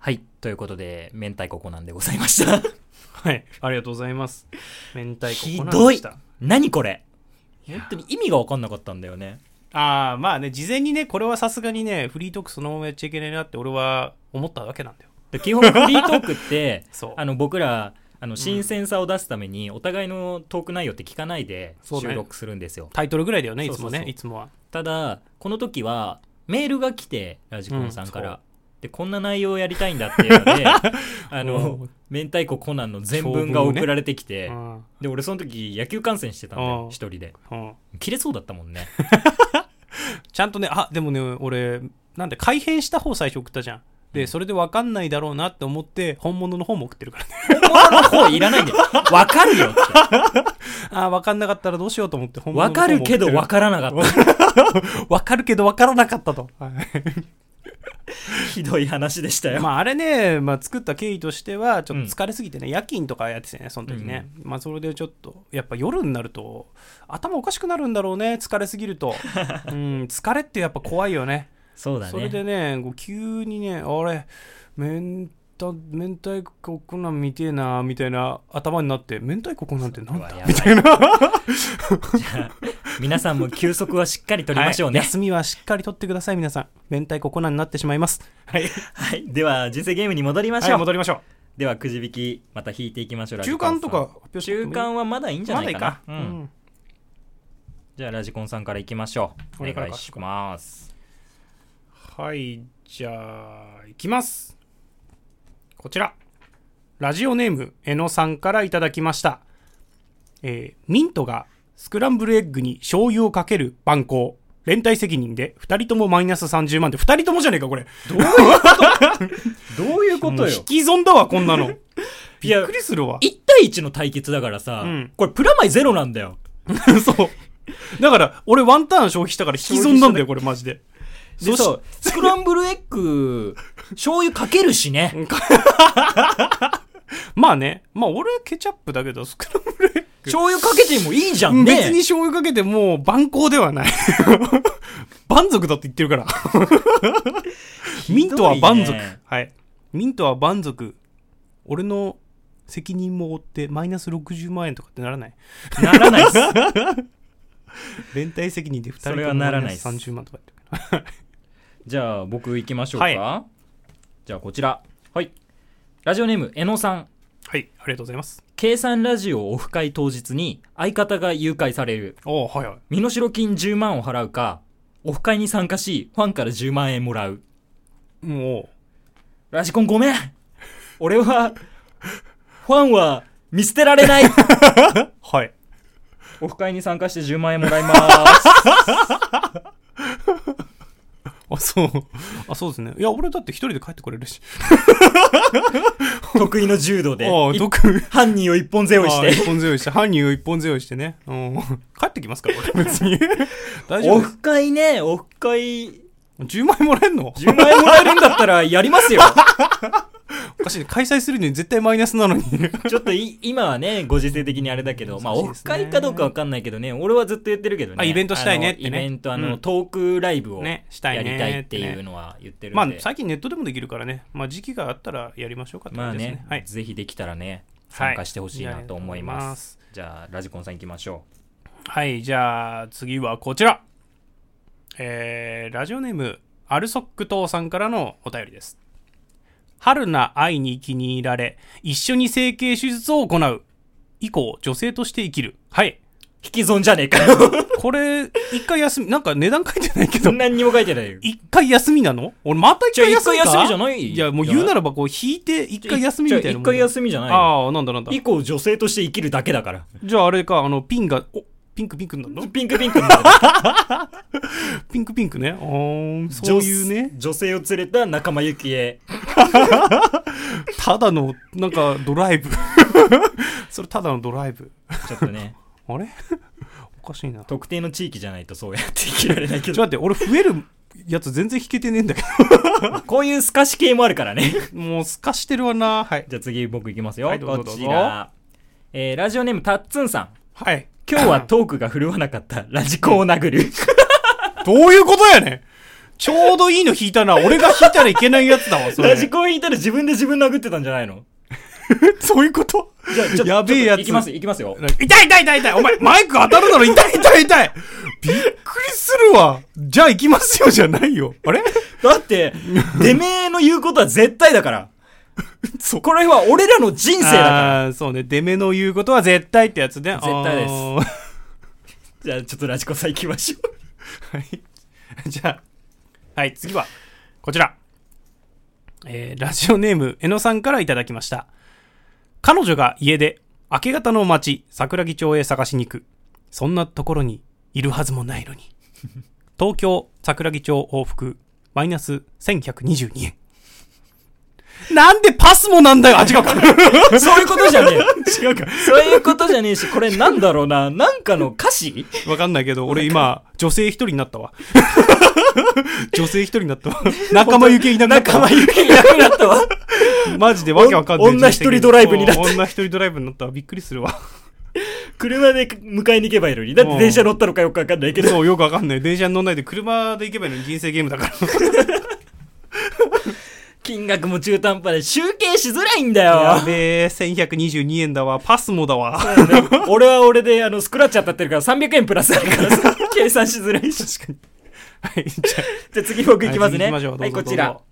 Speaker 1: はい。ということで、明太子コナンでございま
Speaker 2: [laughs]
Speaker 1: した。
Speaker 2: はい。ありがとうございます。明太子
Speaker 1: ひ
Speaker 2: 粉
Speaker 1: ど
Speaker 2: で
Speaker 1: い
Speaker 2: した。
Speaker 1: 何これ
Speaker 2: いや
Speaker 1: 本当に意味が分かんなかったんだよね。
Speaker 2: ああ、まあね、事前にね、これはさすがにね、フリートークそのままやっちゃいけないなって俺は思ったわけなんだよ。
Speaker 1: で基本フリートークって
Speaker 2: [laughs] そう
Speaker 1: あの僕らあの新鮮さを出すためにお互いのトーク内容って聞かないで
Speaker 2: そうね
Speaker 1: 収録するんですよ、
Speaker 2: タイトルぐらいだよね、いつ
Speaker 1: そ
Speaker 2: も
Speaker 1: うそう
Speaker 2: ね、
Speaker 1: そう
Speaker 2: いつもは。
Speaker 1: ただこの時はメールが来てラジコンさんから、
Speaker 2: うんそ
Speaker 1: でこんな内容をやりたいんだっていうの
Speaker 2: [laughs]
Speaker 1: であ
Speaker 2: う
Speaker 1: の明太子コナンの全文が送られてきて、
Speaker 2: うん。うん。
Speaker 1: で俺その時野球観戦してたんだ
Speaker 2: う
Speaker 1: よ
Speaker 2: ん
Speaker 1: 一人で切れそうだったもんね
Speaker 2: ちゃんとね、あ、でもね、俺、なんで改変した方最初送ったじゃん。で、それで分かんないだろうなって思って、本物の方も送ってるからね。 [laughs]
Speaker 1: 本物の方いらないんだよ分かるよって
Speaker 2: あー、分かんなかったらどうしようと思って、本物の
Speaker 1: 分
Speaker 2: 方も
Speaker 1: かる
Speaker 2: 送って
Speaker 1: けど分
Speaker 2: 分
Speaker 1: からなかった
Speaker 2: かるけど分からなかったと。はい
Speaker 1: ひどい話でしたよ、
Speaker 2: まああれね、まあ、作った経緯としてはちょっと疲れすぎてね、夜勤とかやってたよねその時ね、まあそれでちょっとやっぱ夜になると頭おかしくなるんだろうね疲れすぎる [laughs] と、うん、疲れってやっぱ怖いよね
Speaker 1: そうだね
Speaker 2: それでねこう急にねあれ明太明太子こんなん見てえなみたいな頭になって明太子こんなんてなんだ
Speaker 1: うわやばい
Speaker 2: みたいな
Speaker 1: じゃあ皆さんも休息はしっかりとりましょうね
Speaker 2: はい、休みはしっかり取ってください皆さん明太子こんなんになってしまいます [laughs] はい、
Speaker 1: はい、では人生ゲームに戻りまし
Speaker 2: は
Speaker 1: ょ、
Speaker 2: いう戻りましょ
Speaker 1: ではくじ引きまた引いていきましょう
Speaker 2: う
Speaker 1: ラジ
Speaker 2: 中
Speaker 1: コンさん
Speaker 2: 間とか発表してもいい
Speaker 1: 中間はまだいいんじゃないかな
Speaker 2: まだいいか、
Speaker 1: うんじゃあラジコンさんからいきましょうお
Speaker 2: 俺から
Speaker 1: 願
Speaker 2: か
Speaker 1: いします
Speaker 2: はい、じゃあ、いきます。こちら。ラジオネーム、えのさんからいただきました。えーミントがスクランブルエッグに醤油をかける番号。連帯責任で2人ともマイナス30万って2人ともじゃねえかこれ
Speaker 1: どういうこ
Speaker 2: もう引き損だわこんなのびっくりするわ
Speaker 1: 1対1の対決だからさ、
Speaker 2: うん
Speaker 1: これプラマイゼロなんだよ
Speaker 2: そうだから俺ワンターン消費したから引き損なんだよこれマジで
Speaker 1: で
Speaker 2: そ
Speaker 1: さ
Speaker 2: [laughs]
Speaker 1: スクランブルエッグ醤油かけるしね
Speaker 2: まあねまあ俺はケチャップだけどスクランブルエッグ
Speaker 1: 醤油かけてもいいじゃんね
Speaker 2: 別に醤油かけてもう蛮行ではない [laughs] 蛮族だって言ってるから
Speaker 1: [laughs]
Speaker 2: ミントは蛮
Speaker 1: ひどい
Speaker 2: 族、
Speaker 1: ね
Speaker 2: はいミントは蛮族俺の責任も負ってマイナス60万円とかってならない
Speaker 1: なら
Speaker 2: [laughs]
Speaker 1: ないっす
Speaker 2: 連帯責任で2人
Speaker 1: そ
Speaker 2: と
Speaker 1: れ
Speaker 2: も
Speaker 1: はならないっす
Speaker 2: マイナス30万とか言ってる
Speaker 1: じゃあ僕行きましょうか、
Speaker 2: は
Speaker 1: じゃあこちらはいラジオネームえのさん
Speaker 2: はいありがとうございます
Speaker 1: 計算ラジオオフ会当日に相方が誘拐される
Speaker 2: おおはいはい
Speaker 1: 身代金10万を払うかオフ会に参加しファンから10万円もらう
Speaker 2: も
Speaker 1: ラジコンごめん俺はファンは見捨てられない
Speaker 2: うはい
Speaker 1: オフ会に参加して10万円もらい
Speaker 2: [laughs]
Speaker 1: ます
Speaker 2: あそうあそうですねいや俺だって一人で帰ってこれるし
Speaker 1: 得意の柔道で
Speaker 2: ああ
Speaker 1: い
Speaker 2: 毒
Speaker 1: 犯人を一本背負い
Speaker 2: あー
Speaker 1: し
Speaker 2: 一本背負いして犯人を一本背負いしてねうん帰ってきますから俺
Speaker 1: [laughs]
Speaker 2: 別に大
Speaker 1: て
Speaker 2: 丈夫
Speaker 1: オ
Speaker 2: です
Speaker 1: フ会ねオフ会
Speaker 2: 10万円もらえん [laughs] の
Speaker 1: 10万円もらえるんだったらやりますよ
Speaker 2: おかしいね開催するのに絶対マイナスなのに
Speaker 1: ちょっとい今はねご時世的にあれだけど、まあオ
Speaker 2: 難しいで
Speaker 1: フ
Speaker 2: すね
Speaker 1: 会かどうかわかんないけどね俺はずっと言ってるけどね
Speaker 2: あイベントしたいねってね
Speaker 1: あのイベントあの、
Speaker 2: うん
Speaker 1: トークライブを
Speaker 2: [laughs] ねした
Speaker 1: や
Speaker 2: い
Speaker 1: り
Speaker 2: ね
Speaker 1: たいっていう
Speaker 2: ね
Speaker 1: のは言ってるんで、
Speaker 2: まあ最近ネットでもできるからねまあ時期があったらやりましょうかって
Speaker 1: ま
Speaker 2: 感
Speaker 1: あ
Speaker 2: じです
Speaker 1: ね
Speaker 2: ね、はい
Speaker 1: ぜひできたらね、参加してほしいなと思います。
Speaker 2: はいありがとうございます
Speaker 1: じゃあ、ラジコンさん行きましょ。
Speaker 2: [laughs] はいじゃあ次はこちらえー、ラジオネームアルソック党さんからのお便りです春な愛に気に入られ一緒に整形手術を行う以降女性として生きるはいう
Speaker 1: 引き損じゃねえかよ。
Speaker 2: これ一回休みなんか値段書いてないけど
Speaker 1: 何にも書いてないよ。
Speaker 2: 一回休みなの俺また一回
Speaker 1: じゃあ一
Speaker 2: 休み
Speaker 1: 回
Speaker 2: か
Speaker 1: 休みじゃない
Speaker 2: いやもう言うならばこう引いて一回休みみたい
Speaker 1: じゃあ一
Speaker 2: なもん
Speaker 1: 回休みじゃないよ。
Speaker 2: ああなんだなんだ
Speaker 1: 以降、女性として生きるだけだから。
Speaker 2: じゃああれかあのピンがおピンクピンクなの
Speaker 1: ピンクピンクになる
Speaker 2: ピンクピンクねあー [laughs] そういうね
Speaker 1: 女女性を連れた仲間由紀恵。
Speaker 2: ただのなんかドライブ [laughs] それただのドライブ
Speaker 1: ちょっとね、
Speaker 2: あれ [laughs] おかしいなちょ
Speaker 1: 特定の地域じゃないとそうやって生きられないけ
Speaker 2: っと
Speaker 1: ど。
Speaker 2: 待って俺増えるやつ全然弾けてねえんだけ
Speaker 1: [laughs] こういう透かし系もあるからね。 [laughs]
Speaker 2: どもうすかしてるわなはい
Speaker 1: じゃあ次僕いきますよ。
Speaker 2: はいどうぞ
Speaker 1: こち
Speaker 2: どうぞ
Speaker 1: ら。えーラジオネームたっつんさん。
Speaker 2: はい
Speaker 1: 今日はトークが振るわなかったラジコンを殴る。
Speaker 2: [laughs] どういうことやねんちょうどいいの弾いたな俺が弾いたらいけないやつだわそれ
Speaker 1: ラジコン弾いたら自分で自分殴ってたんじゃないの
Speaker 2: そういうこと
Speaker 1: じゃあちょ
Speaker 2: やべえやつ
Speaker 1: ちょっといきます、いきますよ。
Speaker 2: 痛い痛い痛い痛いお前マイク当たるだろ痛い痛い痛いびっくりするわじゃあ行きますよじゃないよあれ
Speaker 1: だ
Speaker 2: [laughs]
Speaker 1: って、てめえの言うことは絶対だから。
Speaker 2: そう
Speaker 1: これは俺らの人生だから。
Speaker 2: あーそうねデメの言うことは絶対ってやつね
Speaker 1: 絶対です
Speaker 2: す
Speaker 1: じゃあちょっとラジコンさん行きましょう。
Speaker 2: はい [laughs] じゃあはい次はこちらえーラジオネームえのさんからいただきました彼女が家で明け方の街桜木町へ探しに行くそんなところにいるはずもないの [laughs] に東京桜木町往復マイナス1122円なんでパスもなんだよあ違うか
Speaker 1: そういう [laughs] ことじゃねえ。
Speaker 2: [laughs] 違うか
Speaker 1: そういうことじゃねえし、これなんだろうな。なんかの歌詞
Speaker 2: わかんないけど、俺今、女性一人になったわ。 [laughs] 女性一人になったわ。 [laughs] 仲間由紀いなくなった
Speaker 1: 仲
Speaker 2: わ
Speaker 1: 間。由紀いなくなったわ。
Speaker 2: マジでわけわかんない。
Speaker 1: お女一人ドライブになった
Speaker 2: うん女一人ドライブになったわ。びっくりするわ。
Speaker 1: 車で迎えに行けばいいのに。だって電車乗ったのかよくわかんないけど。
Speaker 2: そう、よくわかんない。電車に乗んないで車で行けばいいのに人生ゲームだから。
Speaker 1: 金額も中途半端で集計しづらいん [laughs] だよ。
Speaker 2: やべえ、1122円だわ。パスモだ
Speaker 1: [laughs]
Speaker 2: わ。
Speaker 1: 俺は俺で、あの、スクラッチ当たってるから300円プラスあるからさ、 [laughs] 計算しづらいし。
Speaker 2: 確かに。はい、じゃ
Speaker 1: じゃあ次僕いきますね。
Speaker 2: はい次行きましょうどうぞ
Speaker 1: はい、こち
Speaker 2: どう
Speaker 1: ら
Speaker 2: ぞ。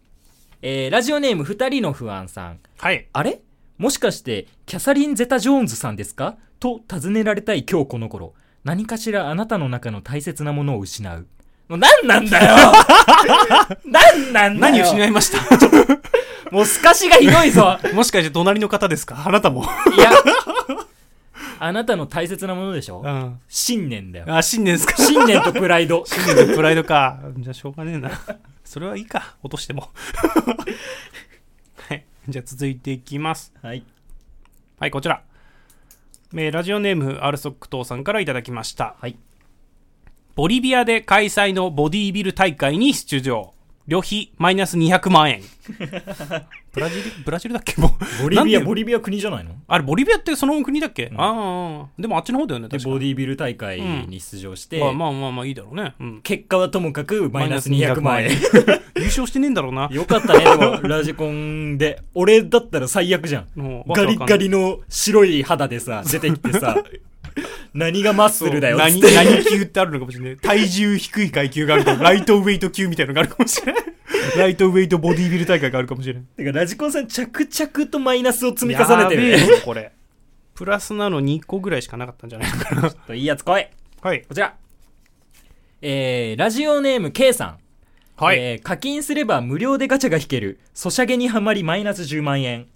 Speaker 1: えー、ラジオネーム二人の不安さん。
Speaker 2: あはい。
Speaker 1: あれもしかして、キャサリン・ゼタ・ジョーンズさんですかと尋ねられたい今日この頃。何かしらあなたの中の大切なものを失う。もう何なんだよ何
Speaker 2: [laughs]
Speaker 1: なんだよ
Speaker 2: 何を失い
Speaker 1: [laughs]
Speaker 2: ましたちょっ
Speaker 1: もうすかしがひどいぞ
Speaker 2: ともしかして隣の方ですかあなたも。
Speaker 1: いや、あなたの大切なものでしょ
Speaker 2: うん。
Speaker 1: 信念だよ。
Speaker 2: あ、新年ですか
Speaker 1: 信念とプライド。
Speaker 2: 新年のプライドか。じゃあしょうがねえな。それはいいか。落としても。はい。じゃあ続いていきます。
Speaker 1: はい。
Speaker 2: はい、こちら。えーラジオネーム、アルソックトーさんからいただきました。
Speaker 1: はい。
Speaker 2: ボリビアで開催のボディービル大会に出場。旅費マイナス200
Speaker 1: [laughs]
Speaker 2: 万円。ブラジル、ブラジルだっけもう。
Speaker 1: ボリビア、
Speaker 2: なんで
Speaker 1: ボリビア国じゃないの
Speaker 2: あれ、ボリビアってその国だっけ、
Speaker 1: ん
Speaker 2: ああ、でもあっちの方だよね、
Speaker 1: で、
Speaker 2: 確か
Speaker 1: ボディービル大会に出場して、
Speaker 2: まあまあまあまあ、いいだろうね。うん。
Speaker 1: 結果はともかくマイナス200万円。
Speaker 2: [laughs] 優勝してねえんだろうな。
Speaker 1: [laughs] よかったね、でも、ラジコンで。俺だったら最悪じゃん。
Speaker 2: もうわ
Speaker 1: ガ
Speaker 2: けわかん
Speaker 1: リ
Speaker 2: ない
Speaker 1: ガリの白い肌でさ、出てきて
Speaker 2: [laughs]
Speaker 1: さ、何がマッスルだよ、つ
Speaker 2: 何、
Speaker 1: って。
Speaker 2: 何 [laughs] 級ってあるのかもしれない。体重低い階級があると、ライトウェイト級みたいなのがあるかもしれない。 [laughs] ライトウェイトボディービル大会があるかもしれない。
Speaker 1: てかラジコンさん着々とマイナスを積み重ねてる
Speaker 2: や
Speaker 1: ね。
Speaker 2: べえよこれ。プラスなの2個ぐらいしかなかったんじゃないかな。
Speaker 1: いいやつ来い。
Speaker 2: [laughs] はい。
Speaker 1: こちら。えー、ラジオネーム K さん。
Speaker 2: はい。
Speaker 1: えー課金すれば無料でガチャが引ける。ソシャゲにはまりマイナス10万円。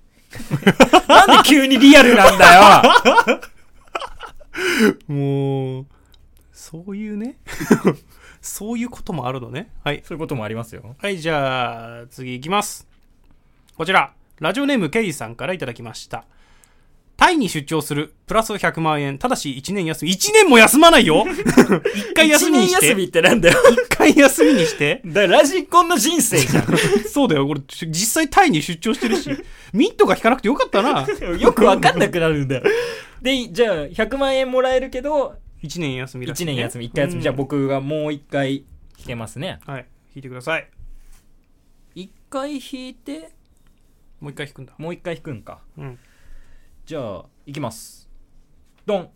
Speaker 1: [laughs] なんで急にリアルなんだ [laughs] よ
Speaker 2: もう、そういうね。 [laughs] そういうこともあるのね。はい。
Speaker 1: そういうこともありますよ。
Speaker 2: はい、じゃあ、次いきます。こちら、ラジオネームケイさんからいただきました。タイに出張する、プラス100万円、ただし1年休み。1年も休まな
Speaker 1: [laughs]
Speaker 2: いよ !1 回休みにして。
Speaker 1: 一年休みってなんだよ。
Speaker 2: 一回休みにして。 [laughs]
Speaker 1: だからラジコンの人生じゃ
Speaker 2: そうだよ、俺、実際タイに出張してるし、ミントが引かなくてよかったな。
Speaker 1: ん。よくわかんなくなるんだよ。で、じゃあ、100万円もらえるけど、
Speaker 2: 一年休みらしい、
Speaker 1: 1
Speaker 2: ね。
Speaker 1: 年休み、1回休み。じゃあ
Speaker 2: うん
Speaker 1: 僕がもう1回引けますね。
Speaker 2: はい、引いてください。
Speaker 1: 1回引いて、
Speaker 2: もう一回引くんだ。
Speaker 1: もう1回引くんか。
Speaker 2: うん。
Speaker 1: じゃあ、いきます。ドン。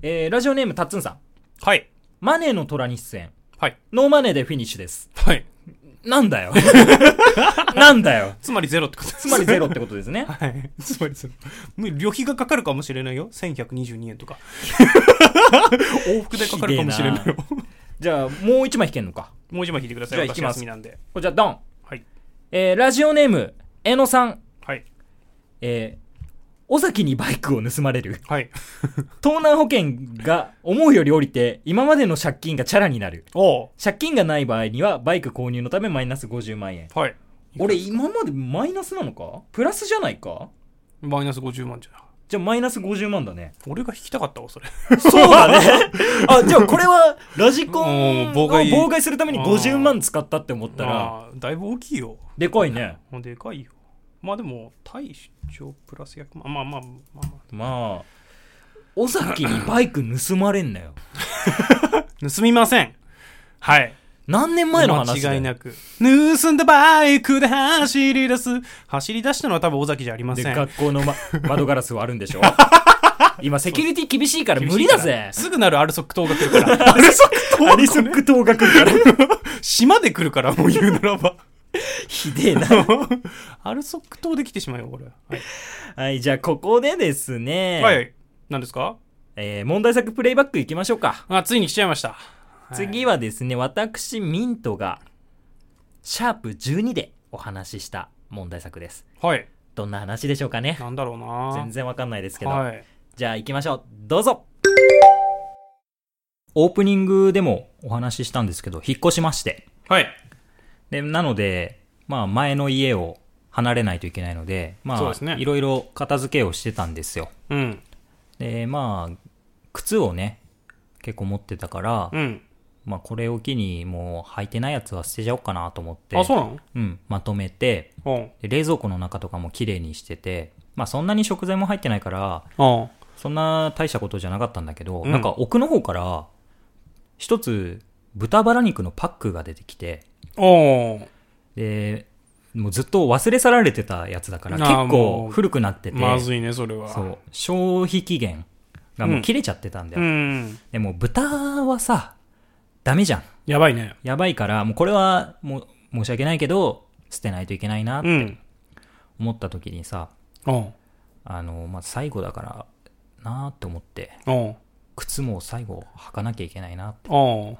Speaker 1: えー、ラジオネームたっつんさん。
Speaker 2: はい。
Speaker 1: マネーの虎に出演。
Speaker 2: はい。
Speaker 1: ノーマネーでフィニッシュです。
Speaker 2: はい。
Speaker 1: なん [laughs] だよ。なんだよ。
Speaker 2: つまりゼロってことです。
Speaker 1: つまりゼロってことですね。
Speaker 2: はい。つまりゼロ。もう旅費がかかるかもしれないよ。1122円と [laughs] か。往復でかかるかもしれない
Speaker 1: ひ
Speaker 2: よ
Speaker 1: で。じゃあ、もう一枚引けんのか。
Speaker 2: もう一枚引いてください。
Speaker 1: じゃあ行きます
Speaker 2: 私休みなんで。
Speaker 1: こちら、ドン。
Speaker 2: はい。
Speaker 1: えー、ラジオネーム、えのさん。
Speaker 2: はい。
Speaker 1: えー、尾崎にバイクを盗まれる。
Speaker 2: はい。
Speaker 1: 盗難保険が思うより降りて、今までの借金がチャラになる。
Speaker 2: おう。
Speaker 1: 借金がない場合には、バイク購入のためマイナス50万円。
Speaker 2: はい。
Speaker 1: 俺、今までマイナスなのかプラスじゃないか
Speaker 2: マイナス50万じゃない。
Speaker 1: じゃあマイナス50万だね
Speaker 2: 俺が弾きたかったわそれ
Speaker 1: そうだね [laughs] あじゃあこれはラジコン
Speaker 2: う
Speaker 1: を
Speaker 2: ん妨害
Speaker 1: 妨害するために50万使ったって思ったら
Speaker 2: あーだいぶ大きいよ
Speaker 1: でかいね
Speaker 2: もうでかいよまあでも対出張プラス100万まあまあまあま
Speaker 1: まあ尾崎にバイク盗まれんなよ
Speaker 2: あ盗みませんはい
Speaker 1: 何年前の話だよ
Speaker 2: 間違いなく盗んだバイクで走り出す走り出したのは多分尾崎じゃありませ
Speaker 1: で
Speaker 2: ん
Speaker 1: 学校
Speaker 2: [laughs]
Speaker 1: の、ま、窓ガラス割るんでしょ今セキュリティ厳しいから無理だぜ
Speaker 2: すぐなるアルソック島が来るか
Speaker 1: [laughs]
Speaker 2: らアルソック島
Speaker 1: アリソック島が来るから
Speaker 2: 島で来るからもう言うならば [laughs]
Speaker 1: ひでえな
Speaker 2: アルソック島で来てしまうよこれはい、
Speaker 1: はいじゃあここでですね、
Speaker 2: はい、何ですか
Speaker 1: えー問題作プレイバックいきましょうか、
Speaker 2: あついに来ちゃいました、
Speaker 1: 次
Speaker 2: は
Speaker 1: はですね私ミントがシャープ12でお話しした問題作です
Speaker 2: い、はい、
Speaker 1: どんな話でしょうかね
Speaker 2: なんだろうな
Speaker 1: 全然わかんないですけど、
Speaker 2: はい
Speaker 1: じゃあ行きましょう。どうぞオープニングでもお話ししたんですけど、引っ越しまして。
Speaker 2: はい
Speaker 1: で、なので、まあ前の家を離れないといけないので、ま
Speaker 2: そうです
Speaker 1: あ、
Speaker 2: ね
Speaker 1: いろいろ片付けをしてたんですよ。
Speaker 2: うん
Speaker 1: で、まあ、靴をね、結構持ってたから、
Speaker 2: うん
Speaker 1: まあこれを機にもう履いてないやつは捨てちゃおうかなと思って、
Speaker 2: あそうなの
Speaker 1: うん、まとめて、
Speaker 2: うん
Speaker 1: で冷蔵庫の中とかも綺麗にしてて、まあそんなに食材も入ってないから、
Speaker 2: あ
Speaker 1: そんな大したことじゃなかったんだけど、
Speaker 2: うん
Speaker 1: なんか奥の方から、一つ、豚バラ肉のパックが出てきて、
Speaker 2: あお
Speaker 1: で、もうずっと忘れ去られてたやつだから、
Speaker 2: あー
Speaker 1: 結
Speaker 2: も
Speaker 1: 構
Speaker 2: う
Speaker 1: 古くなってて、
Speaker 2: まずいねそれは
Speaker 1: そう、消費期限がもう切れちゃってたんだよ。
Speaker 2: ん
Speaker 1: でも豚はさ、ダメじゃん。
Speaker 2: やばいね
Speaker 1: やばいから、もうこれは、もう、申し訳ないけど、捨てないといけないなって
Speaker 2: うん
Speaker 1: 思った時にさ、
Speaker 2: うん
Speaker 1: あの、まあ、最後だから、なーって思って、
Speaker 2: うん
Speaker 1: 靴も最後履かなきゃいけないなって。
Speaker 2: うん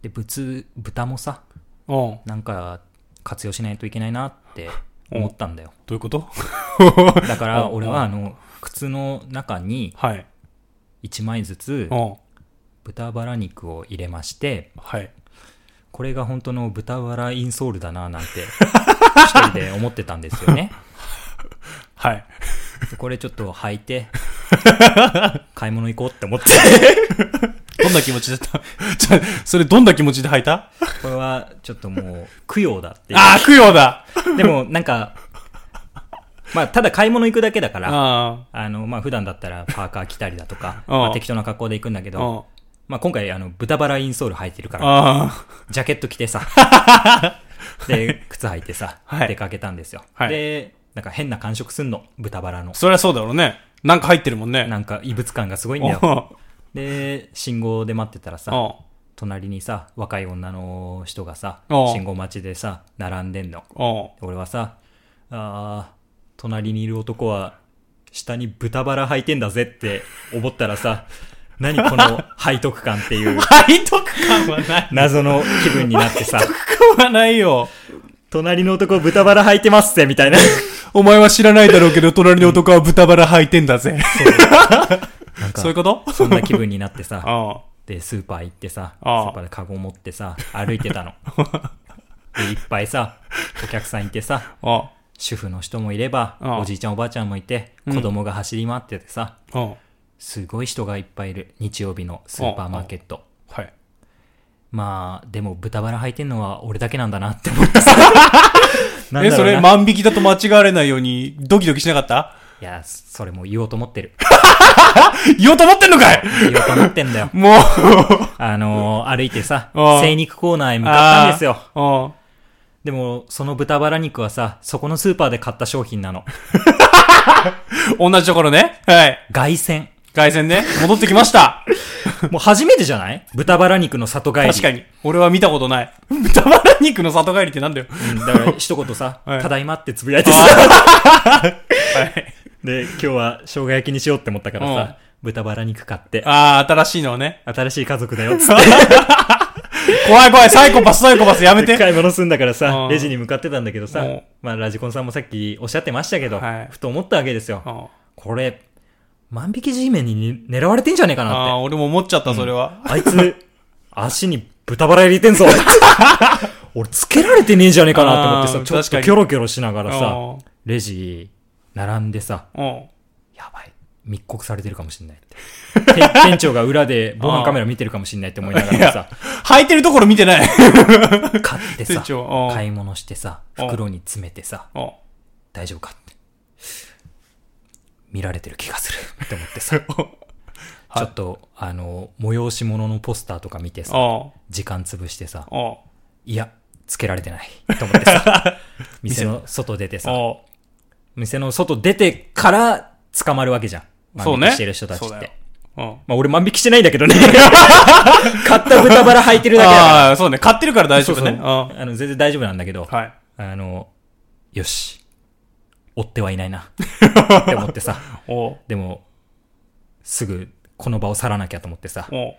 Speaker 1: で、仏、豚もさ、
Speaker 2: うん
Speaker 1: なんか活用しないといけないなって思ったんだよ。
Speaker 2: どういうこと
Speaker 1: だから俺はあの、靴の中に
Speaker 2: はい
Speaker 1: 1枚ずつ
Speaker 2: うん
Speaker 1: 豚バラ肉を入れまして、
Speaker 2: はい
Speaker 1: これが本当の豚バラインソールだななんて、一人で思ってたんですよね。
Speaker 2: はい
Speaker 1: でこれちょっと履い
Speaker 2: [laughs]
Speaker 1: て、買い物行こうって思って、
Speaker 2: どんな気持ちだった [laughs] ちょそれどんな気持ちで吐いた
Speaker 1: これはちょっともう供養だってい
Speaker 2: ああ、供養だ
Speaker 1: う。でもなんか、まあただ買い物行くだけだから、
Speaker 2: あ
Speaker 1: あの、まあ、普段だったらパーカー着たりだとか、
Speaker 2: うん
Speaker 1: まあ適当な格好で行くんだけ
Speaker 2: あ。
Speaker 1: ど、まあ、今回、あの、豚バラインソール履いてるから、
Speaker 2: あ
Speaker 1: ジャケット着て
Speaker 2: [laughs]
Speaker 1: さ、で、靴履いてさ、
Speaker 2: はい
Speaker 1: 出かけたんですよ。
Speaker 2: はい
Speaker 1: で、なんか変な感触すんの、豚バラの
Speaker 2: あ。。そりゃそうだろうね。なんか入ってるもんね。
Speaker 1: なんか異物感がすごいんだよ。
Speaker 2: あ
Speaker 1: で、信号で待ってたらさ、
Speaker 2: あ。
Speaker 1: 隣にさ、若い女の人がさ、
Speaker 2: うん
Speaker 1: 信号待ちでさ、並んでんの。
Speaker 2: あ
Speaker 1: 俺はさ、あー、隣にいる男は、下に豚バラ履いてんだぜって思ったら
Speaker 2: [laughs]
Speaker 1: さ、何この背徳感っていう
Speaker 2: あ。 [laughs] 背徳感はない。
Speaker 1: 謎の気分になってさ、
Speaker 2: 背徳はないよ。
Speaker 1: 隣の男豚バラ履いてますぜみたいな。
Speaker 2: お前は知らないだろうけど、隣の男は豚バラ履いてんだぜ。
Speaker 1: なんか
Speaker 2: そういうこと
Speaker 1: そんな気分になってさ、
Speaker 2: [laughs] あ
Speaker 1: で、スーパー行ってさ、ス
Speaker 2: ああ
Speaker 1: ーパーでカゴ持ってさ、歩いて
Speaker 2: [laughs]
Speaker 1: たの。で、いっぱいさ、お客さんいてさ、
Speaker 2: あ。あ
Speaker 1: 主婦の人もいれば、
Speaker 2: ああ
Speaker 1: おじいちゃんおばあちゃんもいて、子供が走り回っててさ、
Speaker 2: あ。あ
Speaker 1: すごい人がいっぱいいる日曜日のスーパーマーケット
Speaker 2: あ。はい。
Speaker 1: まあでも豚バラ履いてんのは俺だけなんだなって思ってさなん
Speaker 2: [laughs] え、
Speaker 1: だ
Speaker 2: そ
Speaker 1: ろう
Speaker 2: れ
Speaker 1: な
Speaker 2: 万引きだと間違われないように、ドキドキしなかった
Speaker 1: いやそれもう言おうと思ってる
Speaker 2: 言おうと思ってんのかい
Speaker 1: 言おうと思ってんだ
Speaker 2: [laughs]
Speaker 1: よ
Speaker 2: もう。
Speaker 1: あのー歩いてさ
Speaker 2: ああ
Speaker 1: 精肉コーナーへ向かったんですよ
Speaker 2: あ
Speaker 1: でもその豚バラ肉はさそこのスーパーで買った商品なの
Speaker 2: あ。同じところね。はい。
Speaker 1: 凱旋
Speaker 2: 外線ね。戻ってきました。
Speaker 1: もう初めてじゃない豚バラ肉の里帰り
Speaker 2: 確かに。俺は見たことない。 [laughs] 豚バラ肉の里帰りってなんだよ。
Speaker 1: に、うんだから一言さ「
Speaker 2: はい
Speaker 1: ただいま」ってつぶやいてさ [laughs]
Speaker 2: はい。
Speaker 1: で今日は生姜焼きにしようって思ったからさ、豚バラ肉買って
Speaker 2: ああ、新しいのをね。
Speaker 1: 新しい家族だよっつって
Speaker 2: [laughs] 怖い怖い、サイコパス、サイコパス、やめて。
Speaker 1: 買い物すんだからさ
Speaker 2: う、ん
Speaker 1: レジに向かってたんだけどさ
Speaker 2: うん、
Speaker 1: まあラジコンさんもさっきおっしゃってましたけど、
Speaker 2: はい
Speaker 1: ふと思ったわけですよ。
Speaker 2: あ
Speaker 1: これ、万引き G メンに狙われてんじゃねえか
Speaker 2: あ
Speaker 1: なって。
Speaker 2: ー、俺も思っちゃった、それは。
Speaker 1: あいつ、足に豚バラ入れて
Speaker 2: [laughs]
Speaker 1: んぞ。俺つけられてねえんじゃねえかなと思っ
Speaker 2: あ
Speaker 1: てさ、
Speaker 2: ー
Speaker 1: ちょっと
Speaker 2: 確かに
Speaker 1: キョロキョロしながらさ
Speaker 2: うん、
Speaker 1: レジ並んでさ、
Speaker 2: うん。
Speaker 1: やばい。密告されてるかもしれないって。て店長が裏で防犯カメラ見てるかもしれないって思いながらさ、
Speaker 2: 履いてるところ見
Speaker 1: [laughs]
Speaker 2: てない。
Speaker 1: 買ってさ
Speaker 2: 店、長うん
Speaker 1: 買い物してさ、袋に詰めてさ、
Speaker 2: お
Speaker 1: 大丈夫かって。見られてる気がするって思って
Speaker 2: [laughs]
Speaker 1: さ、ちょっと、あの、催し物のポスターとか見てさ、
Speaker 2: お
Speaker 1: 時間潰してさ、
Speaker 2: お
Speaker 1: いや、つけられてないと思って
Speaker 2: [laughs]
Speaker 1: さ、店の外出てさ、
Speaker 2: お
Speaker 1: 店の外出てから捕まるわけじゃん。
Speaker 2: そう
Speaker 1: 万引
Speaker 2: ね。
Speaker 1: きしてる人たちっ
Speaker 2: そうだよ
Speaker 1: て。
Speaker 2: うん。
Speaker 1: まあ俺万引きしてないんだけどね。 [laughs] 買った豚バラ履いてるだけだから。
Speaker 2: ああ、そうね。買ってるから大丈夫
Speaker 1: そう
Speaker 2: ね。
Speaker 1: うんそうあの、全然大丈夫なんだけど、
Speaker 2: はい。
Speaker 1: あの、よし。追ってはいない [laughs] な。って思ってさ。
Speaker 2: お
Speaker 1: でも、すぐこの場を去らなきゃと思ってさ。
Speaker 2: お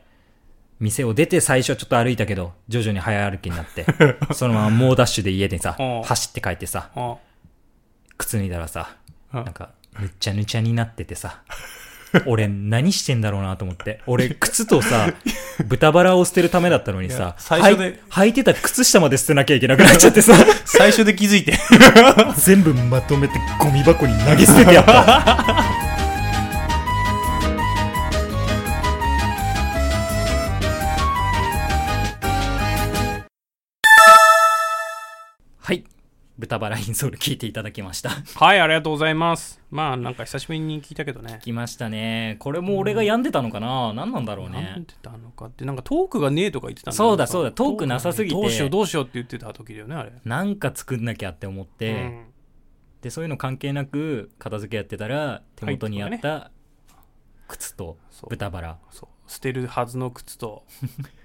Speaker 1: 店を出て最初はちょっと歩いたけど、徐々に早歩きにな [laughs] って、そのまま猛ダッシュで家でさ
Speaker 2: うん、
Speaker 1: 走って帰ってさ、
Speaker 2: お
Speaker 1: 靴脱いだらさ、
Speaker 2: うん
Speaker 1: なんか、ぬちゃぬちゃになっててさ、 [laughs] 俺何してんだろうなと思って。俺、靴と
Speaker 2: [laughs]
Speaker 1: さ、豚バラを捨てるためだったのに
Speaker 2: い
Speaker 1: さ
Speaker 2: や、最初で
Speaker 1: はい履いてた靴下まで捨てなきゃいけなくなっちゃって
Speaker 2: [laughs]
Speaker 1: さ、
Speaker 2: 最初で気づいて。
Speaker 1: 全部まとめてゴミ箱に投げ捨ててや
Speaker 2: [laughs]
Speaker 1: った。はい。豚バラインソール聞いていただきました。
Speaker 2: はい、ありがとうございます。まあ、なんか久しぶりに聞いたけどね。
Speaker 1: 来ましたね。これも俺が病んでたのかな、何なんだろう
Speaker 2: なん
Speaker 1: ね。
Speaker 2: てたのかって、なんかトークがねえとか言ってたん
Speaker 1: そうだそうだトークなさすぎて
Speaker 2: どうしようどうしようって言ってた時だよね、あれ。
Speaker 1: なんか作んなきゃって思って、
Speaker 2: うん
Speaker 1: で、そういうの関係なく片付けやってたら、手元にあった靴と
Speaker 2: そう
Speaker 1: 豚バラ。
Speaker 2: そう捨てるはずの
Speaker 1: [laughs]
Speaker 2: 靴と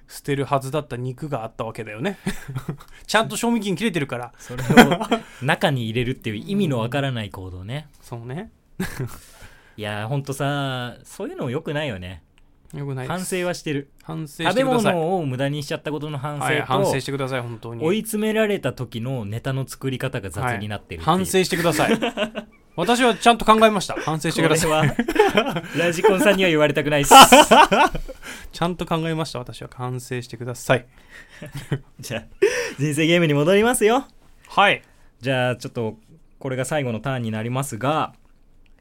Speaker 2: 捨てるはずだった肉があったわけだよね [laughs] ちゃんと賞味期限切れてるから
Speaker 1: そ
Speaker 2: [laughs]
Speaker 1: れを中に入れるっていう意味のわからない行動ね。
Speaker 2: そうね
Speaker 1: いやーほんとさ、そういうの良くないよね。
Speaker 2: よくないで
Speaker 1: 反
Speaker 2: す
Speaker 1: 省はしてる。
Speaker 2: 反省し
Speaker 1: 食
Speaker 2: て
Speaker 1: べ
Speaker 2: ください
Speaker 1: 物を無駄にしちゃったことの反省と、
Speaker 2: はい、反省してください本当に
Speaker 1: 追い詰められた時のネタの作り方が雑になってるっていう、
Speaker 2: 反省してくださ
Speaker 1: [laughs]
Speaker 2: い私はちゃんと考えました反省してください
Speaker 1: これ
Speaker 2: [laughs]
Speaker 1: はラジコンさんには言われたくないっす [laughs]
Speaker 2: ちゃんと考えました私は反省してください
Speaker 1: じゃあ人生ゲームに戻りますよ
Speaker 2: はい
Speaker 1: じゃあちょっとこれが最後のターンになりますが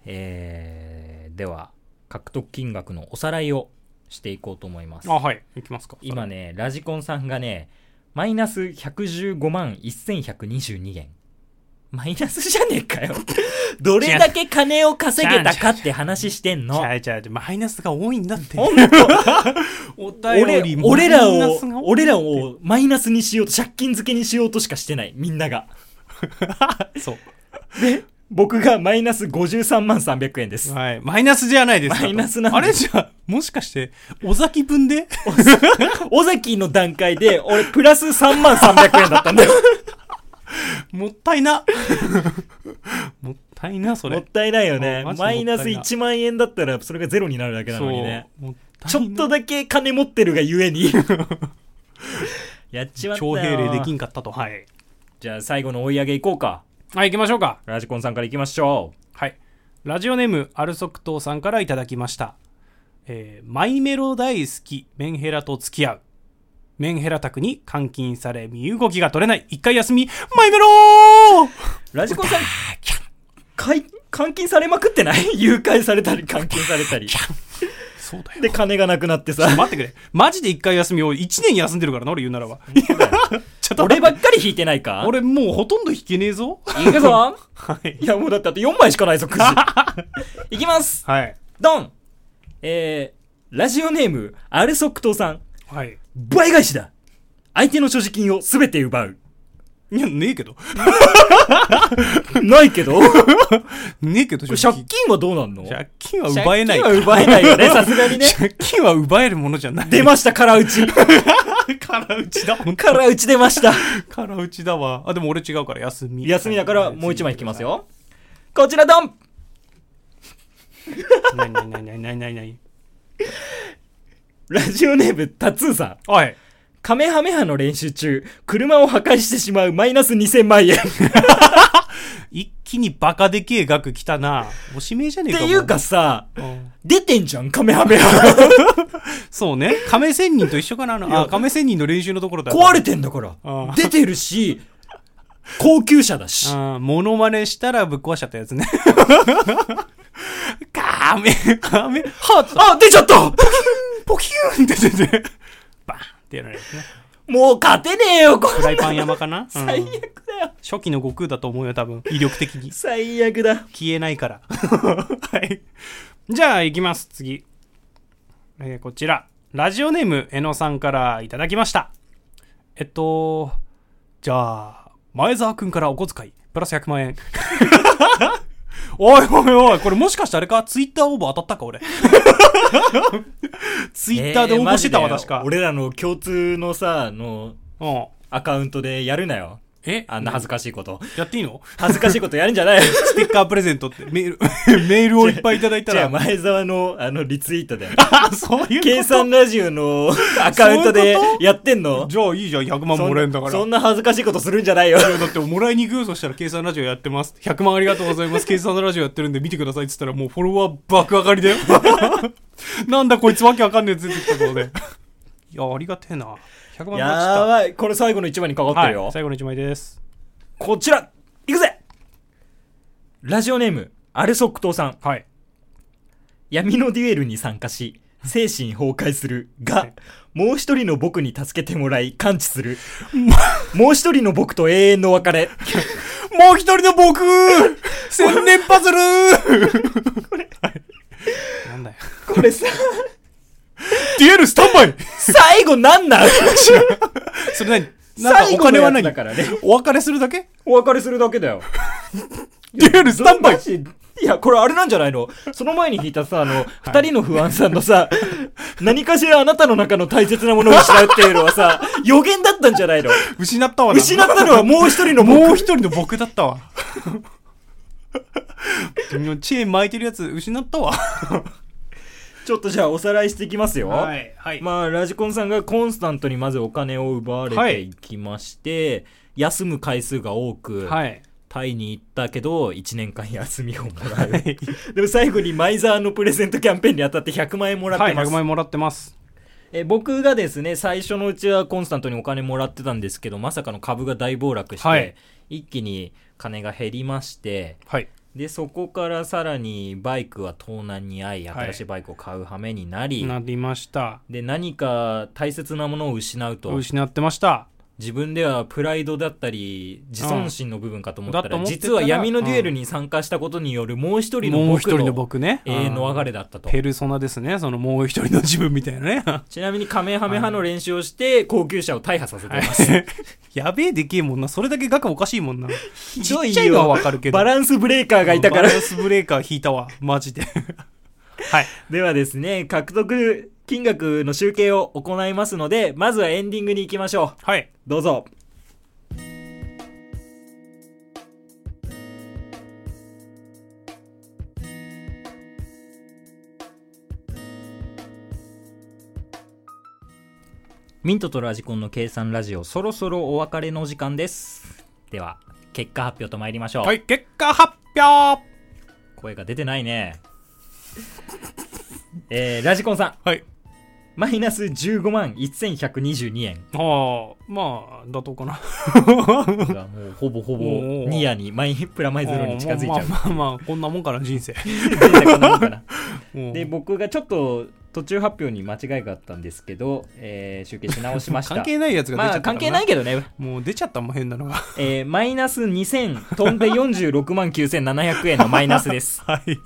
Speaker 1: えー、では獲得金額のおさらいをしていこうと思います
Speaker 2: あはい行きますか
Speaker 1: 今ねラジコンさんがねマイナス115万1122円マイナスじゃねえか [laughs] よどれだけ金を稼げたかって話してん
Speaker 2: ち
Speaker 1: の
Speaker 2: ゃいちゃいちゃいマイナスが多いんだって
Speaker 1: 本
Speaker 2: お便
Speaker 1: 俺
Speaker 2: り
Speaker 1: 俺ら
Speaker 2: マイナ
Speaker 1: を
Speaker 2: スが多いんだって
Speaker 1: 俺らをマイナスにしようと借金付けにしようとしかしてないみんなが
Speaker 2: [laughs] そう
Speaker 1: 僕がマイナス53万300円です
Speaker 2: はい。マイナスじゃないですかと。
Speaker 1: マイナスなんで
Speaker 2: あれじゃあ、もしかして、尾崎分で [laughs]
Speaker 1: [laughs] 尾崎の段階で俺プラス3万300円だったんだよ
Speaker 2: もったいな。 [laughs] もったいな、そ
Speaker 1: も
Speaker 2: れ
Speaker 1: っ。たいないよね
Speaker 2: もうマジでもった
Speaker 1: マ
Speaker 2: い
Speaker 1: イ
Speaker 2: な
Speaker 1: ナス1万円だったらそれがゼロになるだけなのにね
Speaker 2: そう。もたい
Speaker 1: ちょっとだけ金持ってるがゆえ
Speaker 2: [laughs]
Speaker 1: にやっちまったよ
Speaker 2: 徴兵令できんかったと。はい。
Speaker 1: じゃあ最後の追い上げいこうか
Speaker 2: はい、行きましょうか。
Speaker 1: ラジコンさんからいきましょう
Speaker 2: はい。ラジオネーム、アルソクトーさんからいただきました。えーマイメロ大好き、メンヘラと付き合う。メンヘラ宅に監禁され、身動きが取れない。一回休み、マイメロー
Speaker 1: ラジコンさんかい監禁されまくってない [laughs] 誘拐されたり監禁されたり
Speaker 2: そうだよ。
Speaker 1: で金がなくなってさ
Speaker 2: 待ってくれ。マジで一回休みを一年休んでるからな、俺言うならば。 [laughs] ちょっと
Speaker 1: 俺
Speaker 2: 待って
Speaker 1: ばっかり引いてないか
Speaker 2: 俺もうほとんど弾けねえぞ。
Speaker 1: いくぞ
Speaker 2: はい。
Speaker 1: いやもうだってあと4枚しかない
Speaker 2: [laughs]
Speaker 1: ぞくじいきます
Speaker 2: はい。
Speaker 1: ドンえー、ラジオネームアルソックトさん
Speaker 2: はい。
Speaker 1: 倍返しだ相手の所持金を全て奪う
Speaker 2: いや、ねえけど。
Speaker 1: ないけ
Speaker 2: [laughs]
Speaker 1: ど
Speaker 2: ねえけど、
Speaker 1: これ借金はどうなんの
Speaker 2: 借金は奪えない。
Speaker 1: 借金は奪えないよね、さすがにね。
Speaker 2: [laughs] 借金は奪えるものじゃない。
Speaker 1: 出ました、空打ち。
Speaker 2: 空打ちだ、ほんと
Speaker 1: 空打ち出ました。
Speaker 2: 空打ちだわ。あ、でも俺違うから休み。
Speaker 1: 休みだからもう一枚引きます。よ。こちらドン
Speaker 2: なになになになになになに
Speaker 1: ラジオネーム、タツーさん。
Speaker 2: おい。
Speaker 1: カメハメハの練習中、車を破壊してしまうマイナス2000万円。っ
Speaker 2: 一気にバカでけえ額来たな。おしめえじゃねえ
Speaker 1: て
Speaker 2: か。
Speaker 1: いうかさ、
Speaker 2: もう、うん
Speaker 1: 出てんじゃん、カメハメハ。
Speaker 2: [laughs] そうね。亀仙人と一緒かなあの、あ、亀仙人の練習のところだ。
Speaker 1: 壊れてんだから
Speaker 2: あ。
Speaker 1: 出てるし、高級車だし。
Speaker 2: [laughs] あーモノマネしたらぶっ壊しちゃったやつね。カ雨、雨、はあ、出ちゃったポキューンって出て、バーンってやられるね。
Speaker 1: もう勝てねえよ、こ
Speaker 2: フライパン山かな、 [laughs] うん
Speaker 1: 最悪だよ。
Speaker 2: 初期の悟空だと思うよ、多分。威力的に。
Speaker 1: 最悪だ。
Speaker 2: 消えないから。 [laughs] はい。じゃあ、行きます。次。えーこちら。ラジオネーム、えのさんからいただきました。えっと、じゃあ、前澤くんからお小遣い、プラス100万円。 [laughs] おいおいおい、これもしかしてあれかツイッター応募当たったか [laughs] 俺。ツイッターで応募してたわ、
Speaker 1: えーマジ
Speaker 2: 確
Speaker 1: で
Speaker 2: か。
Speaker 1: 俺らの共通のさ、あの、
Speaker 2: うん。
Speaker 1: アカウントでやるなよ。
Speaker 2: え
Speaker 1: あんな恥ずかしいこと。
Speaker 2: やっていいの
Speaker 1: 恥ずかしいことやるんじゃ
Speaker 2: [laughs]
Speaker 1: ない
Speaker 2: ステッカープレゼントってメール、 [laughs] メールをいっぱいいただいた
Speaker 1: じゃあ
Speaker 2: ら。
Speaker 1: 前澤の、あの、リツイートで。
Speaker 2: あ、そういうこと
Speaker 1: 計算ラジオの [laughs] アカウントでやってんの
Speaker 2: じゃあいいじゃん、100万もらえんだから。
Speaker 1: そんな恥ずかしいことするんじゃないよ。
Speaker 2: いやだってもらいに行くよ、そしたら、計算ラジオやってます。100万ありがとうご
Speaker 1: [laughs]
Speaker 2: ざいます。計算ラジオやってるんで見てくださいって言ったら、もうフォロワー爆上がりだよ。 [laughs] なんだこいつわけわかんねえやつ出てきたことで。いや、ありがてえな。100万もらっち
Speaker 1: や
Speaker 2: ゃっ
Speaker 1: ばい。これ最後の一番にかか
Speaker 2: た。
Speaker 1: ってるよ。
Speaker 2: 最後の一枚です。
Speaker 1: こちら、いくぜラジオネーム、アルソックトーさん。
Speaker 2: はい。
Speaker 1: 闇のデュエルに参加し、精神崩壊するが、もう一人の僕に助けてもらい、完治す
Speaker 2: [laughs]
Speaker 1: る。もう一人の僕と永遠の別れ。
Speaker 2: もう一人の僕千連パズルはいなんだよ。
Speaker 1: これさ、
Speaker 2: デュエルスタンバイ
Speaker 1: [laughs] 最後なんなん
Speaker 2: それ何なんか
Speaker 1: 最
Speaker 2: お
Speaker 1: 後の
Speaker 2: 金は
Speaker 1: やつだ
Speaker 2: 何
Speaker 1: からね。
Speaker 2: お別れするだけ
Speaker 1: お別れするだけだよ。
Speaker 2: デュエルスタンバイ
Speaker 1: マジいや、これあれなんじゃないのその前に弾いたさ、あの、二、人の不安さんのさ、 [laughs] 何かしらあなたの中の大切なものを失うっていうのは
Speaker 2: [laughs]
Speaker 1: さ、予言だったんじゃないの
Speaker 2: 失ったわな。
Speaker 1: 失ったのはもう一人の僕。
Speaker 2: もう一人の僕だったわ。チェーン巻いてるやつ失ったわ。
Speaker 1: ちょっとじゃあおさらいしていきますよ。
Speaker 2: い、はい。
Speaker 1: まあ、ラジコンさんがコンスタントにまずお金を奪われていきまして、休む回数が多く、
Speaker 2: はい。
Speaker 1: タイに行ったけど、1年間休みをもらう。でも最後にマイザーのプレゼントキャンペーンに当たって100万円もらっ
Speaker 2: は
Speaker 1: て
Speaker 2: い、
Speaker 1: ま
Speaker 2: 100
Speaker 1: す。
Speaker 2: 万円もらってます。
Speaker 1: え僕がですね最初のうちはコンスタントにお金もらってたんですけどまさかの株が大暴落して、
Speaker 2: はい
Speaker 1: 一気に金が減りまして
Speaker 2: はい。
Speaker 1: でそこからさらにバイクは盗難に遭い
Speaker 2: はい
Speaker 1: 新しいバイクを買う羽目になり、
Speaker 2: なりました。
Speaker 1: で何か大切なものを失うと
Speaker 2: 失ってました。
Speaker 1: 自分ではプライドだったり自尊心の部分かと思った
Speaker 2: うんだ
Speaker 1: ら、
Speaker 2: と思ってた
Speaker 1: 実
Speaker 2: ら
Speaker 1: は闇のデュエルに参加したことによるもう一人の
Speaker 2: もう一
Speaker 1: 僕
Speaker 2: 人の
Speaker 1: の
Speaker 2: 僕ね。
Speaker 1: 永遠の別れだったと
Speaker 2: ペルソナですね。そのもう一人の自分みたいなね。
Speaker 1: ちなみにカメハメ派の練習をして高級車を大破させてます
Speaker 2: やべえでけえもんな。それだけ額おかしいもんな。
Speaker 1: ひ
Speaker 2: ち
Speaker 1: どい
Speaker 2: っ
Speaker 1: よ
Speaker 2: ちゃいのはわかるけど。
Speaker 1: バランスブレーカーがいたから
Speaker 2: バランスブレーカー引いたわ。マジで。はい。
Speaker 1: ではですね、獲得金額の集計を行いますので、まずはエンディングに行きましょう。
Speaker 2: はい。
Speaker 1: どうぞ。ミントとラジコンの計算ラジオ、そろそろお別れの時間です。では、結果発表と参りましょう。
Speaker 2: はい、結果発表
Speaker 1: 声が出てないね。えー、ラジコンさん、
Speaker 2: はい。
Speaker 1: マイナス15万1122円。
Speaker 2: [laughs] ああ、まあ、妥当かな。
Speaker 1: がもうほぼほぼ
Speaker 2: おー
Speaker 1: ニアにマイプラマイゼロに近づいちゃう
Speaker 2: まあまあまあまあ、こんなもんかな、人
Speaker 1: [laughs]
Speaker 2: 生。
Speaker 1: 全然こんなもんかな [laughs] で
Speaker 2: で、
Speaker 1: 僕がちょっと途中発表に間違いがあったんですけど、えー集計し直しました
Speaker 2: 関係ないやつが出ちゃ
Speaker 1: ま
Speaker 2: った
Speaker 1: あ関係ない
Speaker 2: け
Speaker 1: けどね、
Speaker 2: ど。もう出ちゃったもん、変なのが。
Speaker 1: えーマイナス2000飛んで46万9700円のマイナスです
Speaker 2: はい。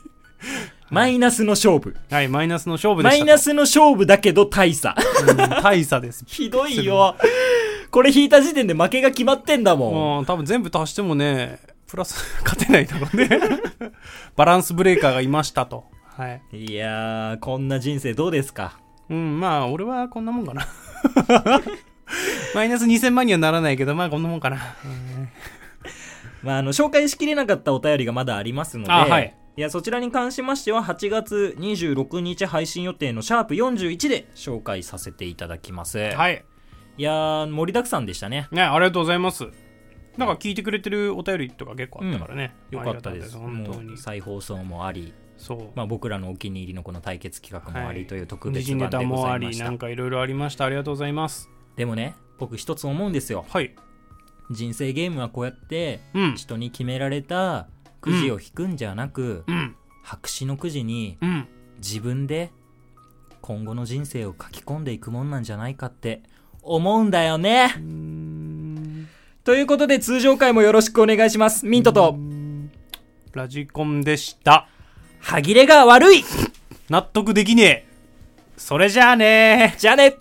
Speaker 1: マイナスの勝負
Speaker 2: はい、マイナスの勝負で
Speaker 1: マ
Speaker 2: し
Speaker 1: イ
Speaker 2: たと。
Speaker 1: ナスの勝負だけど大差
Speaker 2: うん大
Speaker 1: [laughs]
Speaker 2: 差です。
Speaker 1: ひどいよこれ引いた時点で負けが決まってんだもん
Speaker 2: もう、多分全部足してもね、プラス [laughs] 勝てないだろうね。バランスブレーカーがいましたと。はい。
Speaker 1: いやーこんな人生どうですか
Speaker 2: うん、まあ、俺はこんなもんかな。 [laughs] マイナス2000万にはならないけど、まあ、こんなもんかな。
Speaker 1: まあ、あの紹介しきれなかったお便りがまだありますので、
Speaker 2: あはい
Speaker 1: いやそちらに関しましては8月26日配信予定の「シャープ #41」で紹介させていただきます、い、
Speaker 2: はい。
Speaker 1: やー盛りだくさんでしたね
Speaker 2: ね、ありがとうございます。なんか聞いてくれてるお便りとか結構あったからね。
Speaker 1: よかったです
Speaker 2: ありがたい
Speaker 1: も
Speaker 2: 本当
Speaker 1: う
Speaker 2: に。
Speaker 1: 再放送もあり、
Speaker 2: そう。
Speaker 1: まあ、僕らのお気に入りのこの対決企画もありという特
Speaker 2: 時
Speaker 1: 別
Speaker 2: 事
Speaker 1: 版
Speaker 2: ネ
Speaker 1: で
Speaker 2: タ
Speaker 1: ご
Speaker 2: も
Speaker 1: ざ
Speaker 2: あ
Speaker 1: いま
Speaker 2: り、
Speaker 1: し
Speaker 2: な
Speaker 1: た、
Speaker 2: んかいろいろありました。ありがとうございます。
Speaker 1: でもね僕一つ思うんですよ
Speaker 2: はい。
Speaker 1: 人生ゲームはこうやって
Speaker 2: うん。
Speaker 1: 人に決められたくじを引くんじゃなく、
Speaker 2: うん。
Speaker 1: 白紙のくじに
Speaker 2: うん。
Speaker 1: 自分で今後の人生を書き込んでいくもんなんじゃないかって思うんだよねということで通常回もよろしくお願いしますミントと
Speaker 2: ラジコンでした。
Speaker 1: 歯切れが悪い
Speaker 2: 納得できねえ。それじゃあねー。
Speaker 1: じゃあね